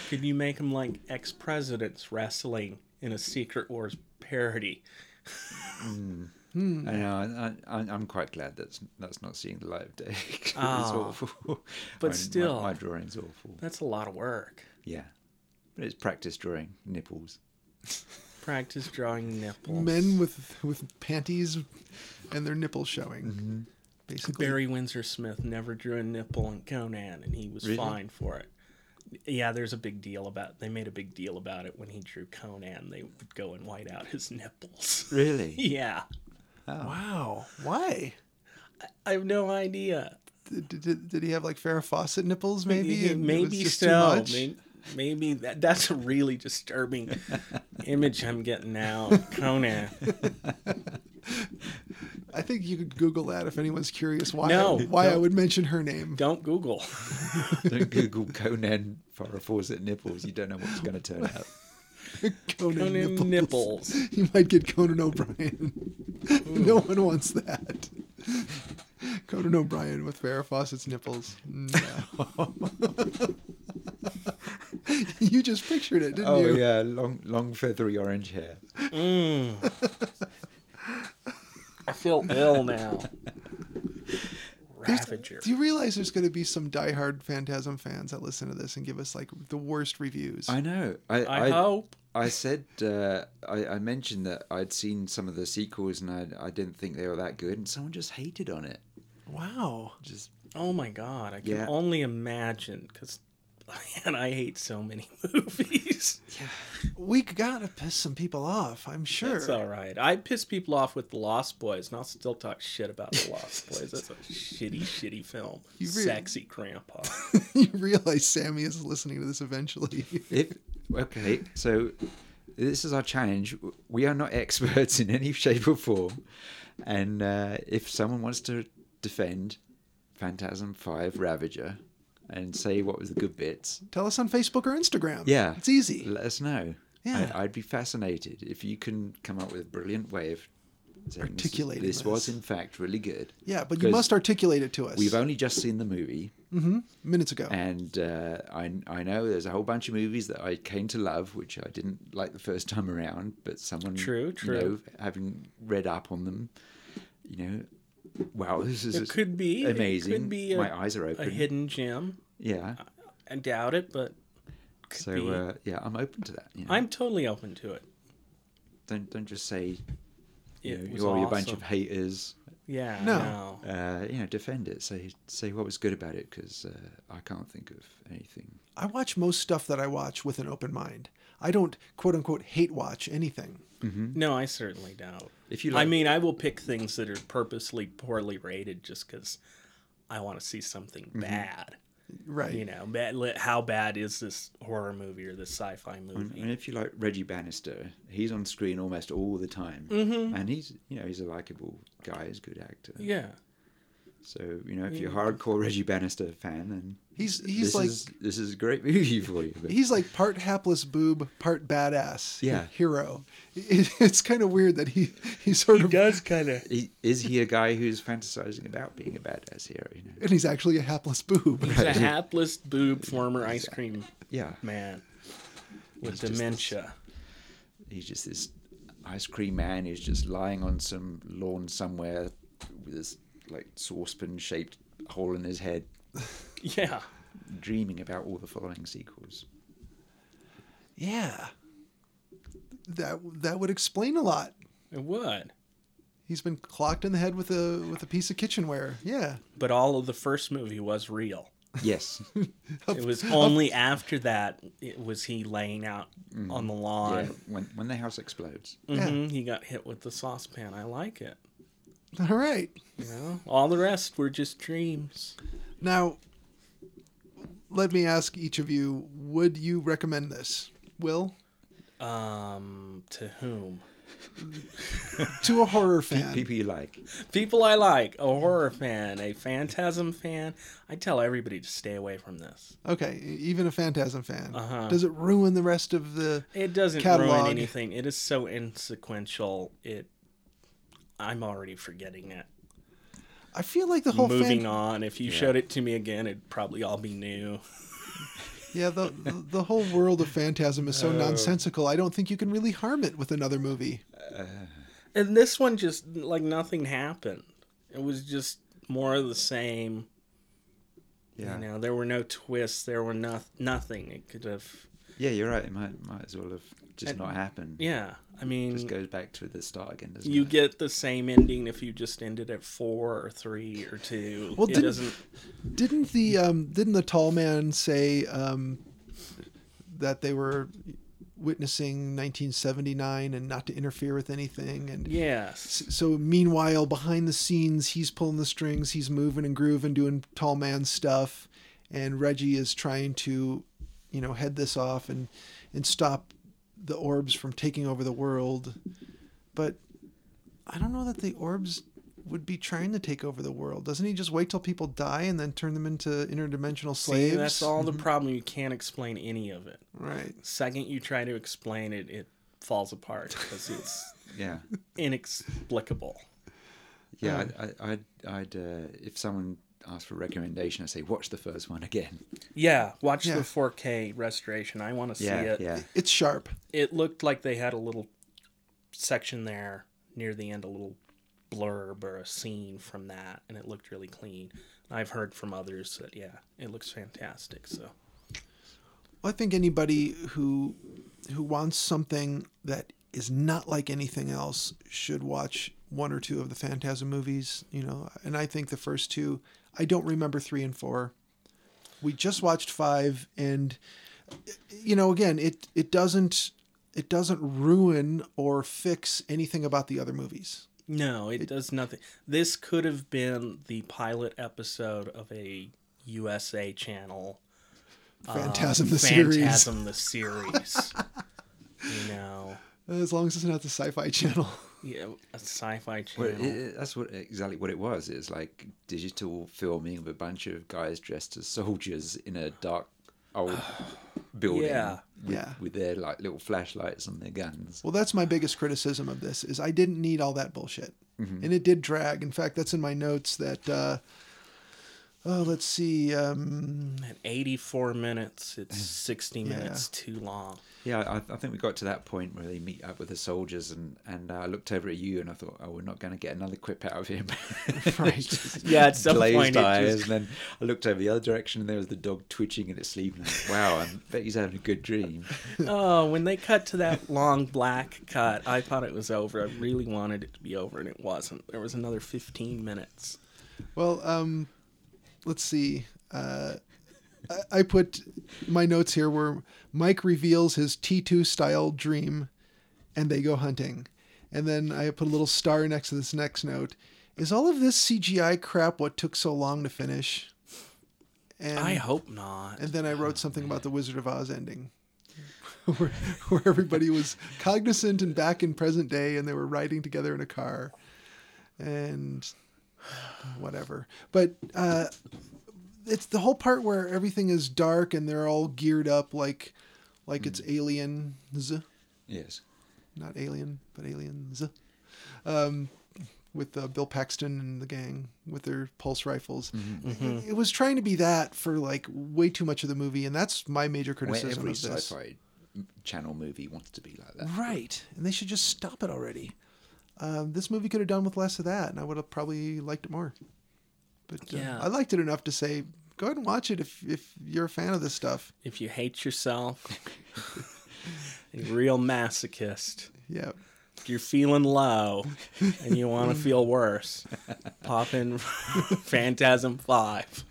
Speaker 6: Could you make them like ex presidents wrestling in a Secret Wars parody?
Speaker 7: I know. I, I, I'm quite glad that's that's not seeing the light of day. 'cause it's
Speaker 6: Oh.
Speaker 7: awful. my-
Speaker 6: But
Speaker 7: my-
Speaker 6: still.
Speaker 7: my, drawing's awful.
Speaker 6: That's a lot of work.
Speaker 7: Yeah, but it's practice drawing nipples.
Speaker 6: Practice drawing nipples.
Speaker 5: Men with with panties and their nipples showing.
Speaker 6: Mm-hmm.
Speaker 5: Basically,
Speaker 6: Barry Windsor Smith never drew a nipple in Conan, and he was
Speaker 7: Really?
Speaker 6: fine for it. Yeah, there's a big deal about. They made a big deal about it when he drew Conan. They would go and white out his nipples.
Speaker 7: Really?
Speaker 6: yeah,
Speaker 5: Wow. Why?
Speaker 6: I have no idea.
Speaker 5: Did, did, did he have like Farrah Fawcett nipples? Maybe.
Speaker 6: Yeah,
Speaker 5: and it was
Speaker 6: maybe
Speaker 5: just too
Speaker 6: so.
Speaker 5: much?
Speaker 6: Maybe, maybe that, that's a really disturbing image I'm getting now. of Conan.
Speaker 5: I think you could Google that if anyone's curious why
Speaker 6: No,
Speaker 5: why I
Speaker 6: no.
Speaker 5: would mention her name.
Speaker 6: Don't Google.
Speaker 7: don't Google Conan Farrah Fawcett nipples. You don't know what's going to turn out.
Speaker 5: Conan,
Speaker 6: Conan
Speaker 5: nipples.
Speaker 6: nipples.
Speaker 5: You might get Conan O'Brien. no one wants that. Conan O'Brien with Farrah Fawcett's nipples. No. you just pictured it, didn't
Speaker 7: Oh
Speaker 5: you?
Speaker 7: yeah, long long feathery orange hair.
Speaker 6: Mm. I feel ill now. Ravager.
Speaker 5: Do you realize there's going to be some diehard Phantasm fans that listen to this and give us like the worst reviews?
Speaker 7: I know. I
Speaker 6: I hope.
Speaker 7: I said uh, I, I mentioned that I'd seen some of the sequels and I, I didn't think they were that good, and someone just hated on it.
Speaker 5: Wow.
Speaker 7: Just
Speaker 6: Oh my god, I can
Speaker 7: Yeah.
Speaker 6: only imagine because and I hate so many movies.
Speaker 5: We gotta piss some people off, I'm sure.
Speaker 6: It's all right. I piss people off with The Lost Boys, and I'll still talk shit about The Lost Boys. That's a shitty, shitty film.
Speaker 5: really-
Speaker 6: Sexy grandpa.
Speaker 5: you realize Sammy is listening to this eventually.
Speaker 7: If okay, so this is our challenge. We are not experts in any shape or form, and uh, if someone wants to defend Phantasm Five Ravager and say what was the good bits,
Speaker 5: Tell us on Facebook or Instagram.
Speaker 7: yeah,
Speaker 5: It's easy.
Speaker 7: Let us know.
Speaker 5: Yeah.
Speaker 7: I, I'd be fascinated if you can come up with a brilliant way of saying this is-
Speaker 5: Articulating
Speaker 7: This, was
Speaker 5: this.
Speaker 7: in fact really good.
Speaker 5: Yeah, but you
Speaker 7: 'Cause
Speaker 5: must articulate it to us.
Speaker 7: We've only just seen the movie.
Speaker 5: minutes ago.
Speaker 7: And uh, I, I know there's a whole bunch of movies that I came to love, which I didn't like the first time around, but someone,
Speaker 6: True,
Speaker 7: you know,
Speaker 6: true.
Speaker 7: having read up on them, you know, wow, this is
Speaker 6: It could be it
Speaker 7: amazing.
Speaker 6: could be a-
Speaker 7: My eyes are
Speaker 6: A
Speaker 7: open.
Speaker 6: hidden gem.
Speaker 7: yeah.
Speaker 6: I doubt it, but
Speaker 7: So
Speaker 6: be.
Speaker 7: uh, yeah, I'm open to that. You know?
Speaker 6: I'm totally open to it.
Speaker 7: don't don't just say you
Speaker 6: It
Speaker 7: know, "Oh,
Speaker 6: was
Speaker 7: you're a bunch
Speaker 6: awesome.
Speaker 7: of haters.
Speaker 6: Yeah.
Speaker 5: No.
Speaker 6: No.
Speaker 7: Uh, you know, defend it. Say say what was good about it because uh, I can't think of anything.
Speaker 5: I watch most stuff that I watch with an open mind. I don't quote unquote hate watch anything.
Speaker 6: No, I certainly don't.
Speaker 7: Mm-hmm. If you
Speaker 6: I
Speaker 7: like-
Speaker 6: mean, I will pick things that are purposely poorly rated just because I want to see something
Speaker 7: Mm-hmm.
Speaker 6: bad.
Speaker 5: Right.
Speaker 6: You know, bad, li- how bad is this horror movie or this sci-fi
Speaker 7: And,
Speaker 6: movie?
Speaker 7: and if you like Reggie Bannister, he's on screen almost all the time, and he's you know he's a likable guy, he's a good actor.
Speaker 6: Yeah.
Speaker 7: So you know if you're a hardcore Reggie Bannister fan, then
Speaker 5: He's- he's
Speaker 7: this
Speaker 5: like-
Speaker 7: is, this is a great movie for you. But
Speaker 5: He's like part hapless boob, part badass
Speaker 7: Yeah.
Speaker 5: hero. It- it's kind of weird that he he sort of
Speaker 6: does kind of.
Speaker 7: he- is he a guy who's fantasizing about being a badass hero? You know,
Speaker 5: and he's actually a hapless boob.
Speaker 6: He's a hapless boob former ice cream
Speaker 7: yeah,
Speaker 6: man with
Speaker 7: just this-
Speaker 6: dementia.
Speaker 7: he's just this ice cream man who's just lying on some lawn somewhere with this like saucepan shaped hole in his head,
Speaker 6: Yeah.
Speaker 7: dreaming about all the following sequels.
Speaker 5: Yeah. That that would explain a lot.
Speaker 6: It would.
Speaker 5: He's been clocked in the head with a with a piece of kitchenware. Yeah.
Speaker 6: But all of the first movie was real.
Speaker 7: Yes.
Speaker 6: It was only after that it was he laying out on the
Speaker 7: Yeah,
Speaker 6: lawn.
Speaker 7: when when the house explodes.
Speaker 6: hmm He got hit with the saucepan. I like it.
Speaker 5: All right.
Speaker 6: You know, all the rest were just dreams.
Speaker 5: Now, let me ask each of you: Would you recommend this? Will
Speaker 6: Um, to whom?
Speaker 5: to a horror fan?
Speaker 7: People you like.
Speaker 6: People I like, a horror fan, a phantasm fan. I tell everybody to stay away from this.
Speaker 5: Okay, e, even a Phantasm fan.
Speaker 6: Uh-huh.
Speaker 5: Does it ruin the rest of the?
Speaker 6: It doesn't ruin
Speaker 5: Catalog.
Speaker 6: anything. It is so insequential. It. I'm already forgetting it.
Speaker 5: I feel like the whole
Speaker 6: Moving
Speaker 5: fan.
Speaker 6: on. If you showed it to me again, it'd probably all be new.
Speaker 5: Yeah, the the the whole world of Phantasm is
Speaker 6: Oh.
Speaker 5: so nonsensical. I don't think you can really harm it with another movie.
Speaker 6: And this one just like nothing happened. It was just more of the same.
Speaker 7: Yeah.
Speaker 6: You know, there were no twists. There were no, nothing. It could have.
Speaker 7: Yeah, you're right. It might might as well have just not happened.
Speaker 6: Yeah, I mean,
Speaker 7: Just goes back to the start again, doesn't
Speaker 6: you
Speaker 7: it?
Speaker 6: get the same ending if you just ended at four or three or two.
Speaker 5: Well,
Speaker 6: it
Speaker 5: didn't-
Speaker 6: doesn't.
Speaker 5: Didn't the um didn't the tall man say um that they were witnessing 1979 and not to interfere with anything and
Speaker 6: Yes.
Speaker 5: so meanwhile behind the scenes he's pulling the strings he's moving and grooving doing tall man stuff and reggie is trying to you know head this off and and stop the orbs from taking over the world but i don't know that the orbs would be trying to take over the world doesn't he just wait till people die and then turn them into interdimensional slaves
Speaker 6: See, that's all
Speaker 7: Mm-hmm.
Speaker 6: the problem. You can't explain any of it.
Speaker 5: right
Speaker 6: Second, you try to explain it, it falls apart because it's
Speaker 7: Yeah.
Speaker 6: inexplicable.
Speaker 7: Yeah. I'd, I- I'd, I'd uh, if someone asked for a recommendation, I'd say watch the first one again.
Speaker 6: Yeah, watch
Speaker 5: Yeah.
Speaker 6: the 4K restoration. I want to see
Speaker 7: Yeah.
Speaker 6: it.
Speaker 7: Yeah.
Speaker 5: it's sharp
Speaker 6: It looked like they had a little section there near the end, a little blurb or a scene from that, and it looked really clean. I've heard from others that yeah, it looks fantastic. So
Speaker 5: I think anybody who who wants something that is not like anything else should watch one or two of the Phantasm movies, you know. And I think the first two, I don't remember 3 and 4. we just watched five, and you know, again, it it doesn't it doesn't ruin or fix anything about the other movies.
Speaker 6: No, it, does nothing. This could have been the pilot episode of a USA Channel
Speaker 5: Phantasm the series,
Speaker 6: Phantasm the series. you know,
Speaker 5: as long as it's not the Sci-Fi Channel.
Speaker 6: yeah, a sci-fi
Speaker 7: Well,
Speaker 6: channel.
Speaker 7: it, it- that's what exactly what it was. It's like digital filming of a bunch of guys dressed as soldiers in a dark old building
Speaker 6: Yeah.
Speaker 7: with,
Speaker 5: Yeah.
Speaker 7: with their like little flashlights and their guns.
Speaker 5: Well, that's my biggest criticism of this is I didn't need all that bullshit, and it did drag. In fact, that's in my notes that. Uh, oh, let's see. Um,
Speaker 6: At 84 minutes, it's
Speaker 5: Mm.
Speaker 6: 60 minutes too long.
Speaker 7: Yeah, I, I think we got to that point where they meet up with the soldiers, and and I looked over at you and I thought, oh, we're not going to get another quip out of him. right.
Speaker 6: Yeah, at some
Speaker 7: glazed
Speaker 6: point it
Speaker 7: eyes,
Speaker 6: just-
Speaker 7: and then I looked over the other direction, and there was the dog twitching in its sleep. And I was, wow, I bet he's having a good dream.
Speaker 6: Oh, when they cut to that long black cut, I thought it was over. I really wanted it to be over, and it wasn't. There was another 15 minutes.
Speaker 5: Well, um, let's see. Uh, I, I put my notes here where Mike reveals his T2 style dream and they go hunting. And then I put a little star next to this next note. Is all of this CGI crap what took so long to finish? And,
Speaker 6: I hope not.
Speaker 5: and then I wrote something about the Wizard of Oz ending. where, where everybody was cognizant and back in present day and they were riding together in a car and whatever but uh it's the whole part where everything is dark and they're all geared up like like it's aliens
Speaker 7: yes.
Speaker 5: not alien but aliens um with uh, bill paxton and the gang with their pulse rifles
Speaker 7: Mm-hmm.
Speaker 5: It, it was trying to be that for like way too much of the movie and that's my major
Speaker 7: Where
Speaker 5: criticism
Speaker 7: every
Speaker 5: of this
Speaker 7: sci-fi channel movie wants to be like that.
Speaker 5: Right. And they should just stop it already. Um, this movie could have done with less of that, and I would have probably liked it more. But uh,
Speaker 6: Yeah.
Speaker 5: I liked it enough to say, go ahead and watch it if, if you're a fan of this stuff.
Speaker 6: If you hate yourself, a real masochist,
Speaker 5: Yeah.
Speaker 6: if you're feeling low and you want to feel worse, pop in Phantasm 5.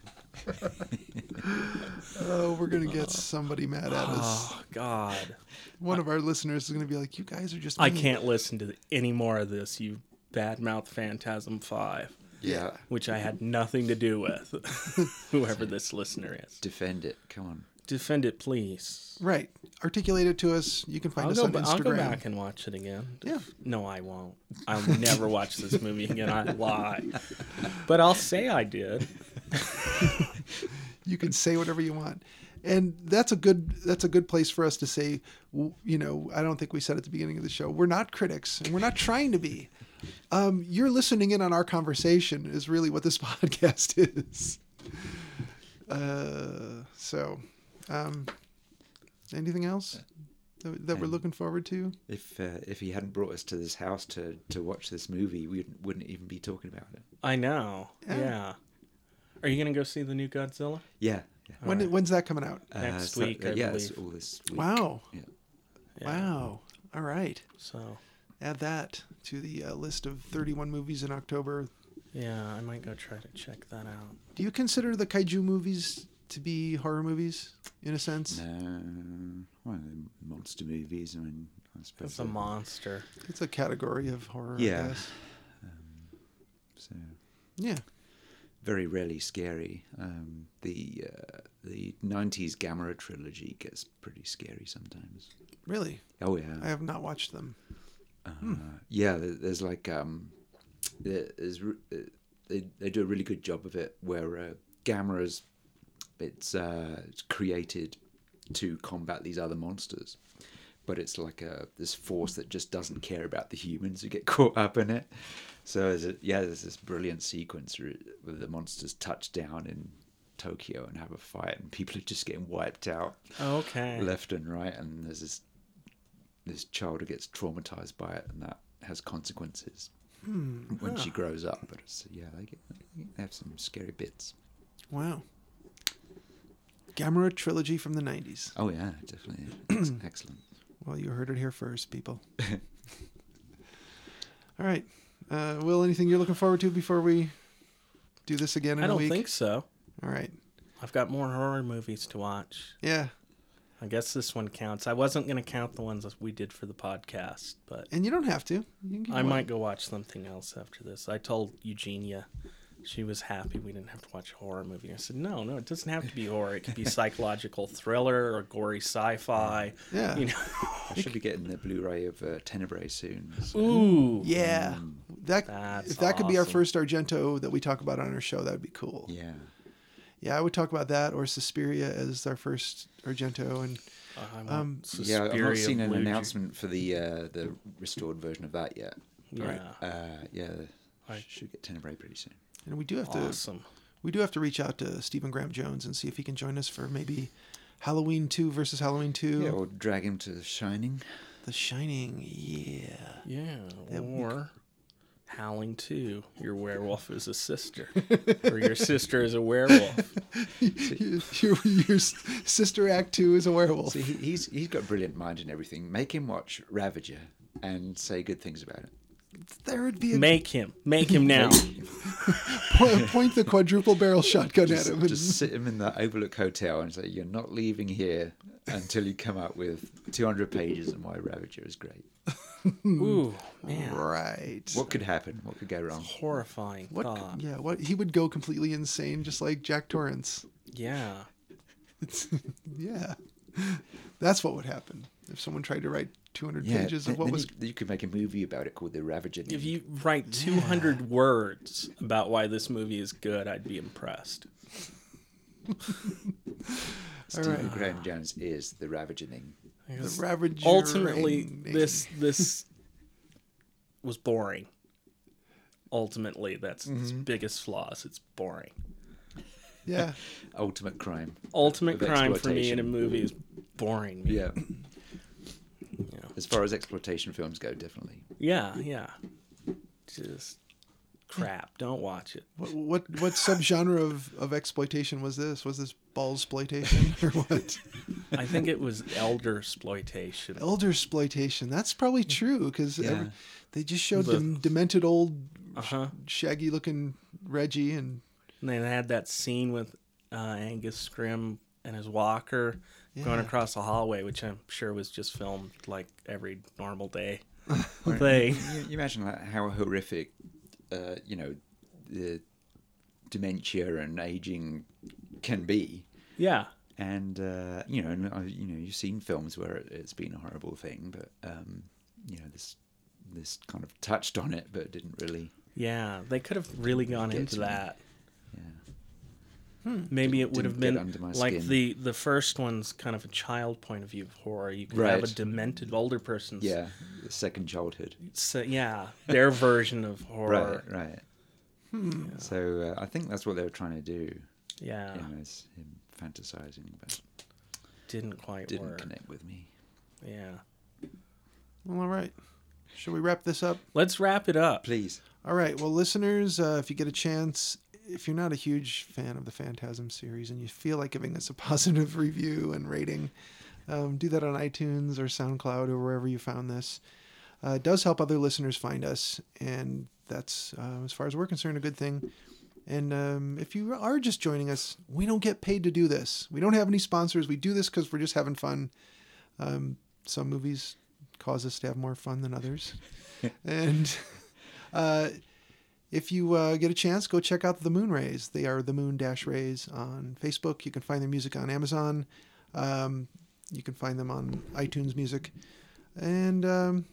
Speaker 5: Oh, we're going to get somebody mad at us.
Speaker 6: Oh, God.
Speaker 5: One of our listeners is going to be like, you guys are just.
Speaker 6: I
Speaker 5: mean."
Speaker 6: can't listen to any more of this, you badmouth Phantasm 5,
Speaker 7: Yeah.
Speaker 6: which I had nothing to do with, whoever this listener is.
Speaker 7: Defend it. Come on.
Speaker 6: Defend it, please.
Speaker 5: Right. Articulate it to us. You can find
Speaker 6: I'll
Speaker 5: us
Speaker 6: go,
Speaker 5: on
Speaker 6: ba-
Speaker 5: Instagram.
Speaker 6: I'll go back and watch it again.
Speaker 5: Yeah.
Speaker 6: No, I won't. I'll never watch this movie again. I lie. But I'll say I did.
Speaker 5: you can say whatever you want and that's a good that's a good place for us to say w- you know i don't think we said at the beginning of the show we're not critics and we're not trying to be um, you're listening in on our conversation is really what this podcast is uh, so um, anything else that, that we're looking forward to
Speaker 7: If uh, if he hadn't brought us to this house to, to watch this movie, we wouldn't, wouldn't even be talking about it.
Speaker 6: I know. Yeah. Are you going to go see the new Godzilla?
Speaker 7: Yeah. yeah.
Speaker 5: when, when's that coming out
Speaker 7: Uh,
Speaker 6: Next
Speaker 7: so-
Speaker 6: week,
Speaker 7: uh,
Speaker 6: I
Speaker 7: yeah, it's
Speaker 6: believe.
Speaker 7: all this week.
Speaker 5: wow
Speaker 7: Yeah.
Speaker 5: wow all right
Speaker 6: So,
Speaker 5: add that to the uh, list of 31 movies in october
Speaker 6: yeah, I might go try to check that out.
Speaker 5: Do you consider the kaiju movies to be horror movies in a sense?
Speaker 7: No, well, the monster movies. I mean, I suppose.
Speaker 6: It's a monster.
Speaker 5: It's a category of horror. I
Speaker 7: Yeah.
Speaker 5: guess.
Speaker 7: so
Speaker 5: Yeah.
Speaker 7: very rarely scary. Um, the uh, the nineties Gamera trilogy gets pretty scary sometimes.
Speaker 5: Really.
Speaker 7: Oh yeah.
Speaker 5: I have not watched them.
Speaker 7: Uh, yeah, there- there's like um, there- there's re- uh, they they do a really good job of it where uh, Gamera's it's uh, it's created to combat these other monsters, but it's like a this force that just doesn't care about the humans who get caught up in it. So there's a, yeah, there's this brilliant sequence where it- where the monsters touch down in Tokyo and have a fight, and people are just getting wiped out
Speaker 6: Okay.
Speaker 7: left and right, and there's this this child who gets traumatized by it, and that has consequences when she grows up. But it's, yeah, they, get, they have some scary bits.
Speaker 5: Wow. Gamera trilogy from the 90s.
Speaker 7: Oh yeah, definitely, Ex- excellent.
Speaker 5: Well, you heard it here first, people. All right. Uh, Will, anything you're looking forward to before we do this again in
Speaker 6: I
Speaker 5: a
Speaker 6: don't
Speaker 5: week?
Speaker 6: think so.
Speaker 5: All right.
Speaker 6: I've got more horror movies to watch.
Speaker 5: Yeah.
Speaker 6: I guess this one counts. I wasn't going to count the ones that we did for the podcast, but
Speaker 5: And you don't have to. You can keep
Speaker 6: I
Speaker 5: going.
Speaker 6: might go watch something else after this. I told Eugenia she was happy we didn't have to watch a horror movie. I said, no, no, it doesn't have to be horror. It could be psychological thriller or gory sci fi.
Speaker 5: Yeah.
Speaker 6: You know?
Speaker 7: I should be getting the Blu-ray of uh, Tenebrae soon. so-
Speaker 6: Ooh.
Speaker 5: Yeah. That
Speaker 6: That's
Speaker 5: if that could be our
Speaker 6: awesome.
Speaker 5: first Argento that we talk about on our show, that would be cool. Yeah.
Speaker 7: Yeah.
Speaker 5: I would talk about that or Suspiria as our first Argento and um,
Speaker 6: I want
Speaker 7: Yeah, I've
Speaker 6: Suspiria
Speaker 7: not seen an
Speaker 6: Blue Ju-
Speaker 7: announcement for the uh, the restored version of that yet.
Speaker 6: Yeah.
Speaker 7: Uh, yeah, should get Tenebrae pretty soon.
Speaker 5: and we do have to
Speaker 6: Awesome.
Speaker 5: we do have to reach out to Stephen Graham Jones and see if he can join us for maybe Halloween 2 versus Halloween 2
Speaker 7: Yeah, or drag him to The Shining.
Speaker 5: The Shining. Yeah.
Speaker 6: Yeah.
Speaker 5: That we
Speaker 6: Or Howling 2, your werewolf is a sister, or your sister is a werewolf.
Speaker 5: your, your, your s- sister act 2 is a werewolf.
Speaker 7: See, he, he's he's got a brilliant mind and everything. Make him watch Ravager and say good things about it.
Speaker 5: There would be a
Speaker 6: Make him. Make him now.
Speaker 5: po- point the quadruple barrel shotgun at
Speaker 7: Just,
Speaker 5: him. and-
Speaker 7: just sit him in the Overlook Hotel and say you're not leaving here until you come up with 200 pages on why Ravager is great.
Speaker 6: Ooh, man.
Speaker 5: right.
Speaker 7: What could happen? What could go wrong?
Speaker 6: Horrifying
Speaker 5: What? c-
Speaker 6: thought.
Speaker 5: Yeah, what he would go completely insane, just like Jack Torrance.
Speaker 6: Yeah.
Speaker 5: Yeah, that's what would happen if someone tried to write 200 pages
Speaker 7: then-
Speaker 5: of what
Speaker 7: then
Speaker 5: was.
Speaker 7: you, you could make a movie about it called The Ravager.
Speaker 6: If you write 200 words about why this movie is good, I'd be impressed.
Speaker 7: Stephen Graham Jones is the Ravaging.
Speaker 5: the Ravager
Speaker 6: Ultimately,
Speaker 5: and-
Speaker 6: this this was boring. Ultimately, that's its biggest flaws. It's boring.
Speaker 5: Yeah,
Speaker 7: Ultimate crime.
Speaker 6: Ultimate
Speaker 7: Of
Speaker 6: crime for me in a
Speaker 7: exploitation.
Speaker 6: movie is boring. Me.
Speaker 7: Yeah. As far as exploitation films go, definitely.
Speaker 6: Yeah, yeah. Just crap. Don't watch it.
Speaker 5: what what, what subgenre of of exploitation was this? Was this ball exploitation or what?
Speaker 6: I think it was elder exploitation.
Speaker 5: Elder exploitation. That's probably true because
Speaker 7: Yeah.
Speaker 5: they just showed
Speaker 6: The-
Speaker 5: dem- demented old,
Speaker 6: Uh huh.
Speaker 5: shaggy looking Reggie and
Speaker 6: And then they had that scene with uh, Angus Scrim and his walker going across the hallway, which I'm sure was just filmed like every normal day thing.
Speaker 7: You, you imagine like, how horrific, uh, you know, the dementia and aging can be.
Speaker 6: Yeah.
Speaker 7: And uh, you know, and, uh, you know, you've seen films where it, it's been a horrible thing, but um, you know, this this kind of touched on it, but didn't really.
Speaker 6: Yeah. They could have really gone
Speaker 7: Gets
Speaker 6: into
Speaker 7: me.
Speaker 6: that.
Speaker 7: Yeah.
Speaker 6: Maybe it would
Speaker 7: Didn't
Speaker 6: have
Speaker 7: get
Speaker 6: been
Speaker 7: under my
Speaker 6: like
Speaker 7: skin.
Speaker 6: the the first one's kind of a child point of view of horror. You could have a
Speaker 7: Right.
Speaker 6: demented older person's
Speaker 7: Yeah. The second childhood.
Speaker 6: so, yeah, their version of horror.
Speaker 7: Right. Right. So uh, I think that's what they were trying to do.
Speaker 6: Yeah,
Speaker 7: him as him fantasizing, but
Speaker 6: didn't quite
Speaker 7: didn't
Speaker 6: work.
Speaker 7: connect with me.
Speaker 6: Yeah,
Speaker 5: well, all right. Shall we wrap this up?
Speaker 6: let's wrap it up.
Speaker 7: Please.
Speaker 5: All right. Well, listeners, uh, if you get a chance, if you're not a huge fan of the Phantasm series and you feel like giving us a positive review and rating, um, do that on iTunes or SoundCloud or wherever you found this. Uh, it does help other listeners find us, and that's, uh, as far as we're concerned, a good thing. And um, if you are just joining us, we don't get paid to do this. We don't have any sponsors. We do this because we're just having fun. Um, some movies cause us to have more fun than others. and. Uh, if you uh, get a chance, go check out the Moon Rays. They are the Moon Dash Rays on Facebook. You can find their music on Amazon. Um, you can find them on iTunes Music, and um,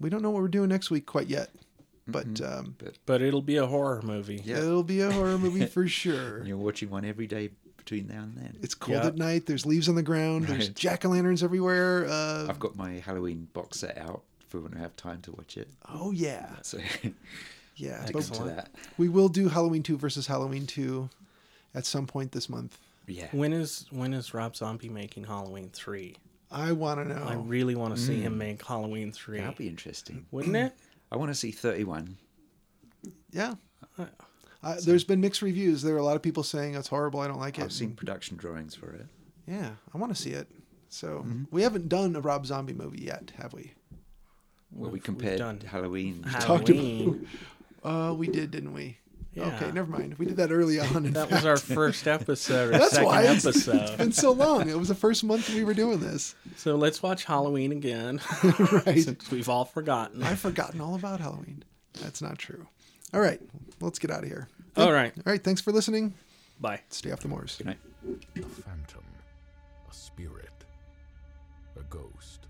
Speaker 5: we don't know what we're doing next week quite yet, but um,
Speaker 6: But it'll be a horror movie.
Speaker 7: Yeah.
Speaker 5: it'll be a horror movie for sure.
Speaker 7: You're watching one every day between now and then.
Speaker 5: It's cold
Speaker 6: Yeah.
Speaker 5: at night. There's leaves on the ground. There's
Speaker 7: Right.
Speaker 5: jack o' lanterns everywhere. Uh,
Speaker 7: I've got my Halloween box set out for when I have time to watch it.
Speaker 5: oh yeah,
Speaker 7: So
Speaker 5: yeah.
Speaker 7: stick
Speaker 5: But
Speaker 7: to that.
Speaker 5: we will do Halloween two versus Halloween two at some point this month.
Speaker 7: Yeah.
Speaker 6: When is when is Rob Zombie making Halloween three?
Speaker 5: I want to know.
Speaker 6: I really want to see
Speaker 5: Mm.
Speaker 6: him make Halloween three.
Speaker 7: That'd be interesting.
Speaker 6: Wouldn't it?
Speaker 7: I want to see 31.
Speaker 5: Yeah. Uh, there's been mixed reviews. There are a lot of people saying it's horrible. I don't like it.
Speaker 7: I've seen production drawings for it.
Speaker 5: Yeah, I want to see it. So
Speaker 6: Mm-hmm.
Speaker 5: we haven't done a Rob Zombie movie yet, have we?
Speaker 7: Well, we
Speaker 6: We've- we've
Speaker 7: compared
Speaker 6: done
Speaker 7: Halloween.
Speaker 5: talked about-
Speaker 6: Halloween.
Speaker 5: Uh, we did, didn't we? Okay,
Speaker 6: Yeah.
Speaker 5: never mind. We did that early on. In
Speaker 6: That
Speaker 5: fact.
Speaker 6: was our first episode, or
Speaker 5: That's
Speaker 6: second
Speaker 5: why it's- it's
Speaker 6: episode.
Speaker 5: been so long. It was the first month we were doing this.
Speaker 6: So let's watch Halloween again.
Speaker 5: Right.
Speaker 6: Since we've all forgotten.
Speaker 5: I've forgotten all about Halloween. That's not true. All right, let's get out of here.
Speaker 6: All right.
Speaker 5: All right, thanks for listening.
Speaker 6: Bye.
Speaker 5: Stay off the moors.
Speaker 7: Good night.
Speaker 4: A phantom, a spirit, a ghost.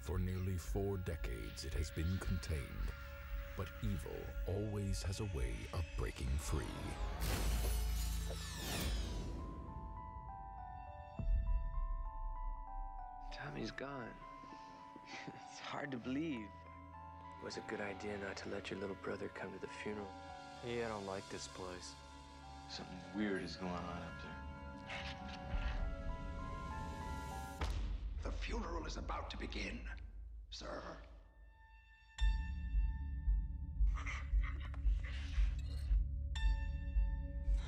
Speaker 4: For nearly four decades, it has been contained, but evil always has a way of breaking free.
Speaker 8: Tommy's gone. it's hard to believe. It was a good idea not to let your little brother come to the funeral. Yeah, I don't like this place.
Speaker 9: Something weird is going on up there.
Speaker 10: The funeral is about to begin, sir.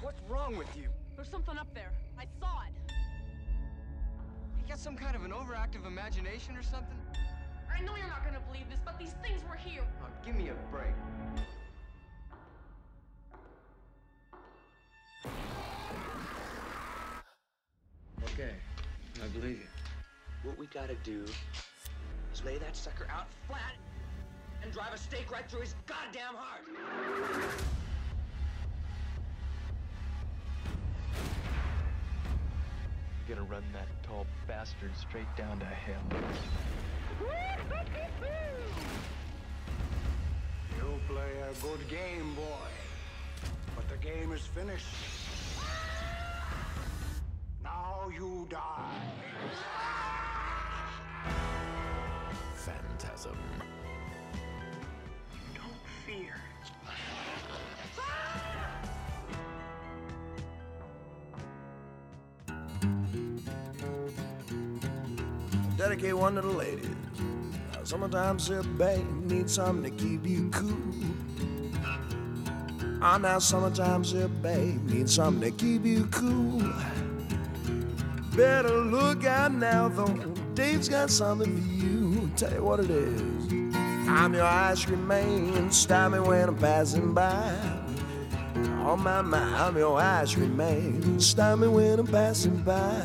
Speaker 8: What's wrong with you?
Speaker 11: There's something up there. I saw it.
Speaker 8: You got some kind of an overactive imagination or something?
Speaker 11: I know you're not gonna believe this, but these things were here.
Speaker 8: Oh, give me a break.
Speaker 9: Okay, I believe you.
Speaker 10: What we gotta do is lay that sucker out flat and drive a stake right through his goddamn heart.
Speaker 9: You're gonna run that tall bastard straight down to hell.
Speaker 10: You play a good game, boy. But the game is finished. Now you die.
Speaker 4: Phantasm.
Speaker 10: Don't fear.
Speaker 12: dedicate one to the ladies. Now, sometimes your bag needs something to keep you cool. Ah, now sometimes your babe needs something to keep you cool. Better look out now, though. Dave's got something for you. Tell you what it is. I'm your ice cream man. Stop me when I'm passing by. Oh my my, I'm your ice cream man. Stop me when I'm passing by.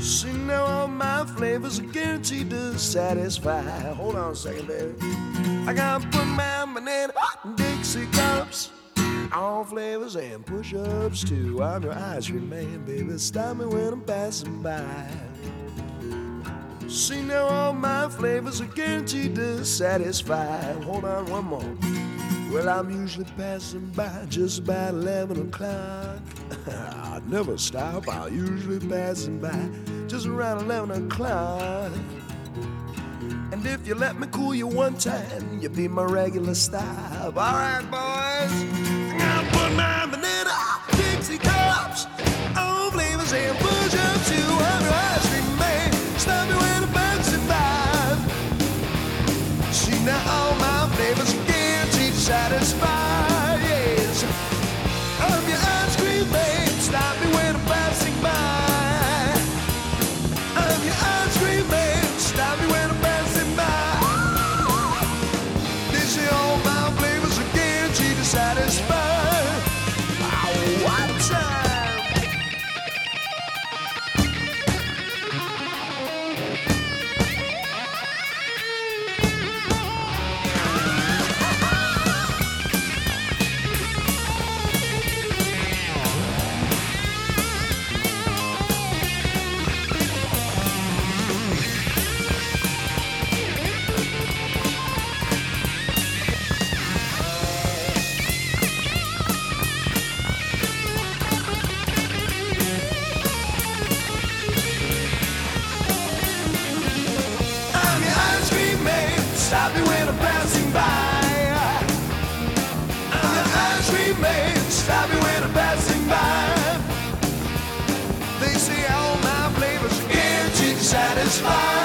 Speaker 12: See now all my flavors are guaranteed to satisfy. Hold on a second, baby. I gotta put my banana in Dixie cups. All flavors and push-ups too. I'm your ice cream man, baby. Stop me when I'm passing by. See now all my flavors are guaranteed to satisfy. Hold on one more. Well, I'm usually passing by just about 11 o'clock. I never stop, i usually passing by just around 11 o'clock. And if you let me cool you one time, you'll be my regular stop. All right, boys. I'm gonna put my banana Dixie cups on flavors and push up to I'm your ice cream man. Stop me when I'm bouncing by. See now all my flavors are guaranteed satisfied. Yes, I'm your ice cream man. Stop me when I'm passing by. I'm your ice cream man. Stop me when I'm passing by. They say all my flavors are guaranteed to satisfy. Oh, one time. I'm your ice cream man. Stop me when I'm passing by. I'm your ice cream man. Stop me when I'm passing by. They say all my flavors are guaranteed to satisfy.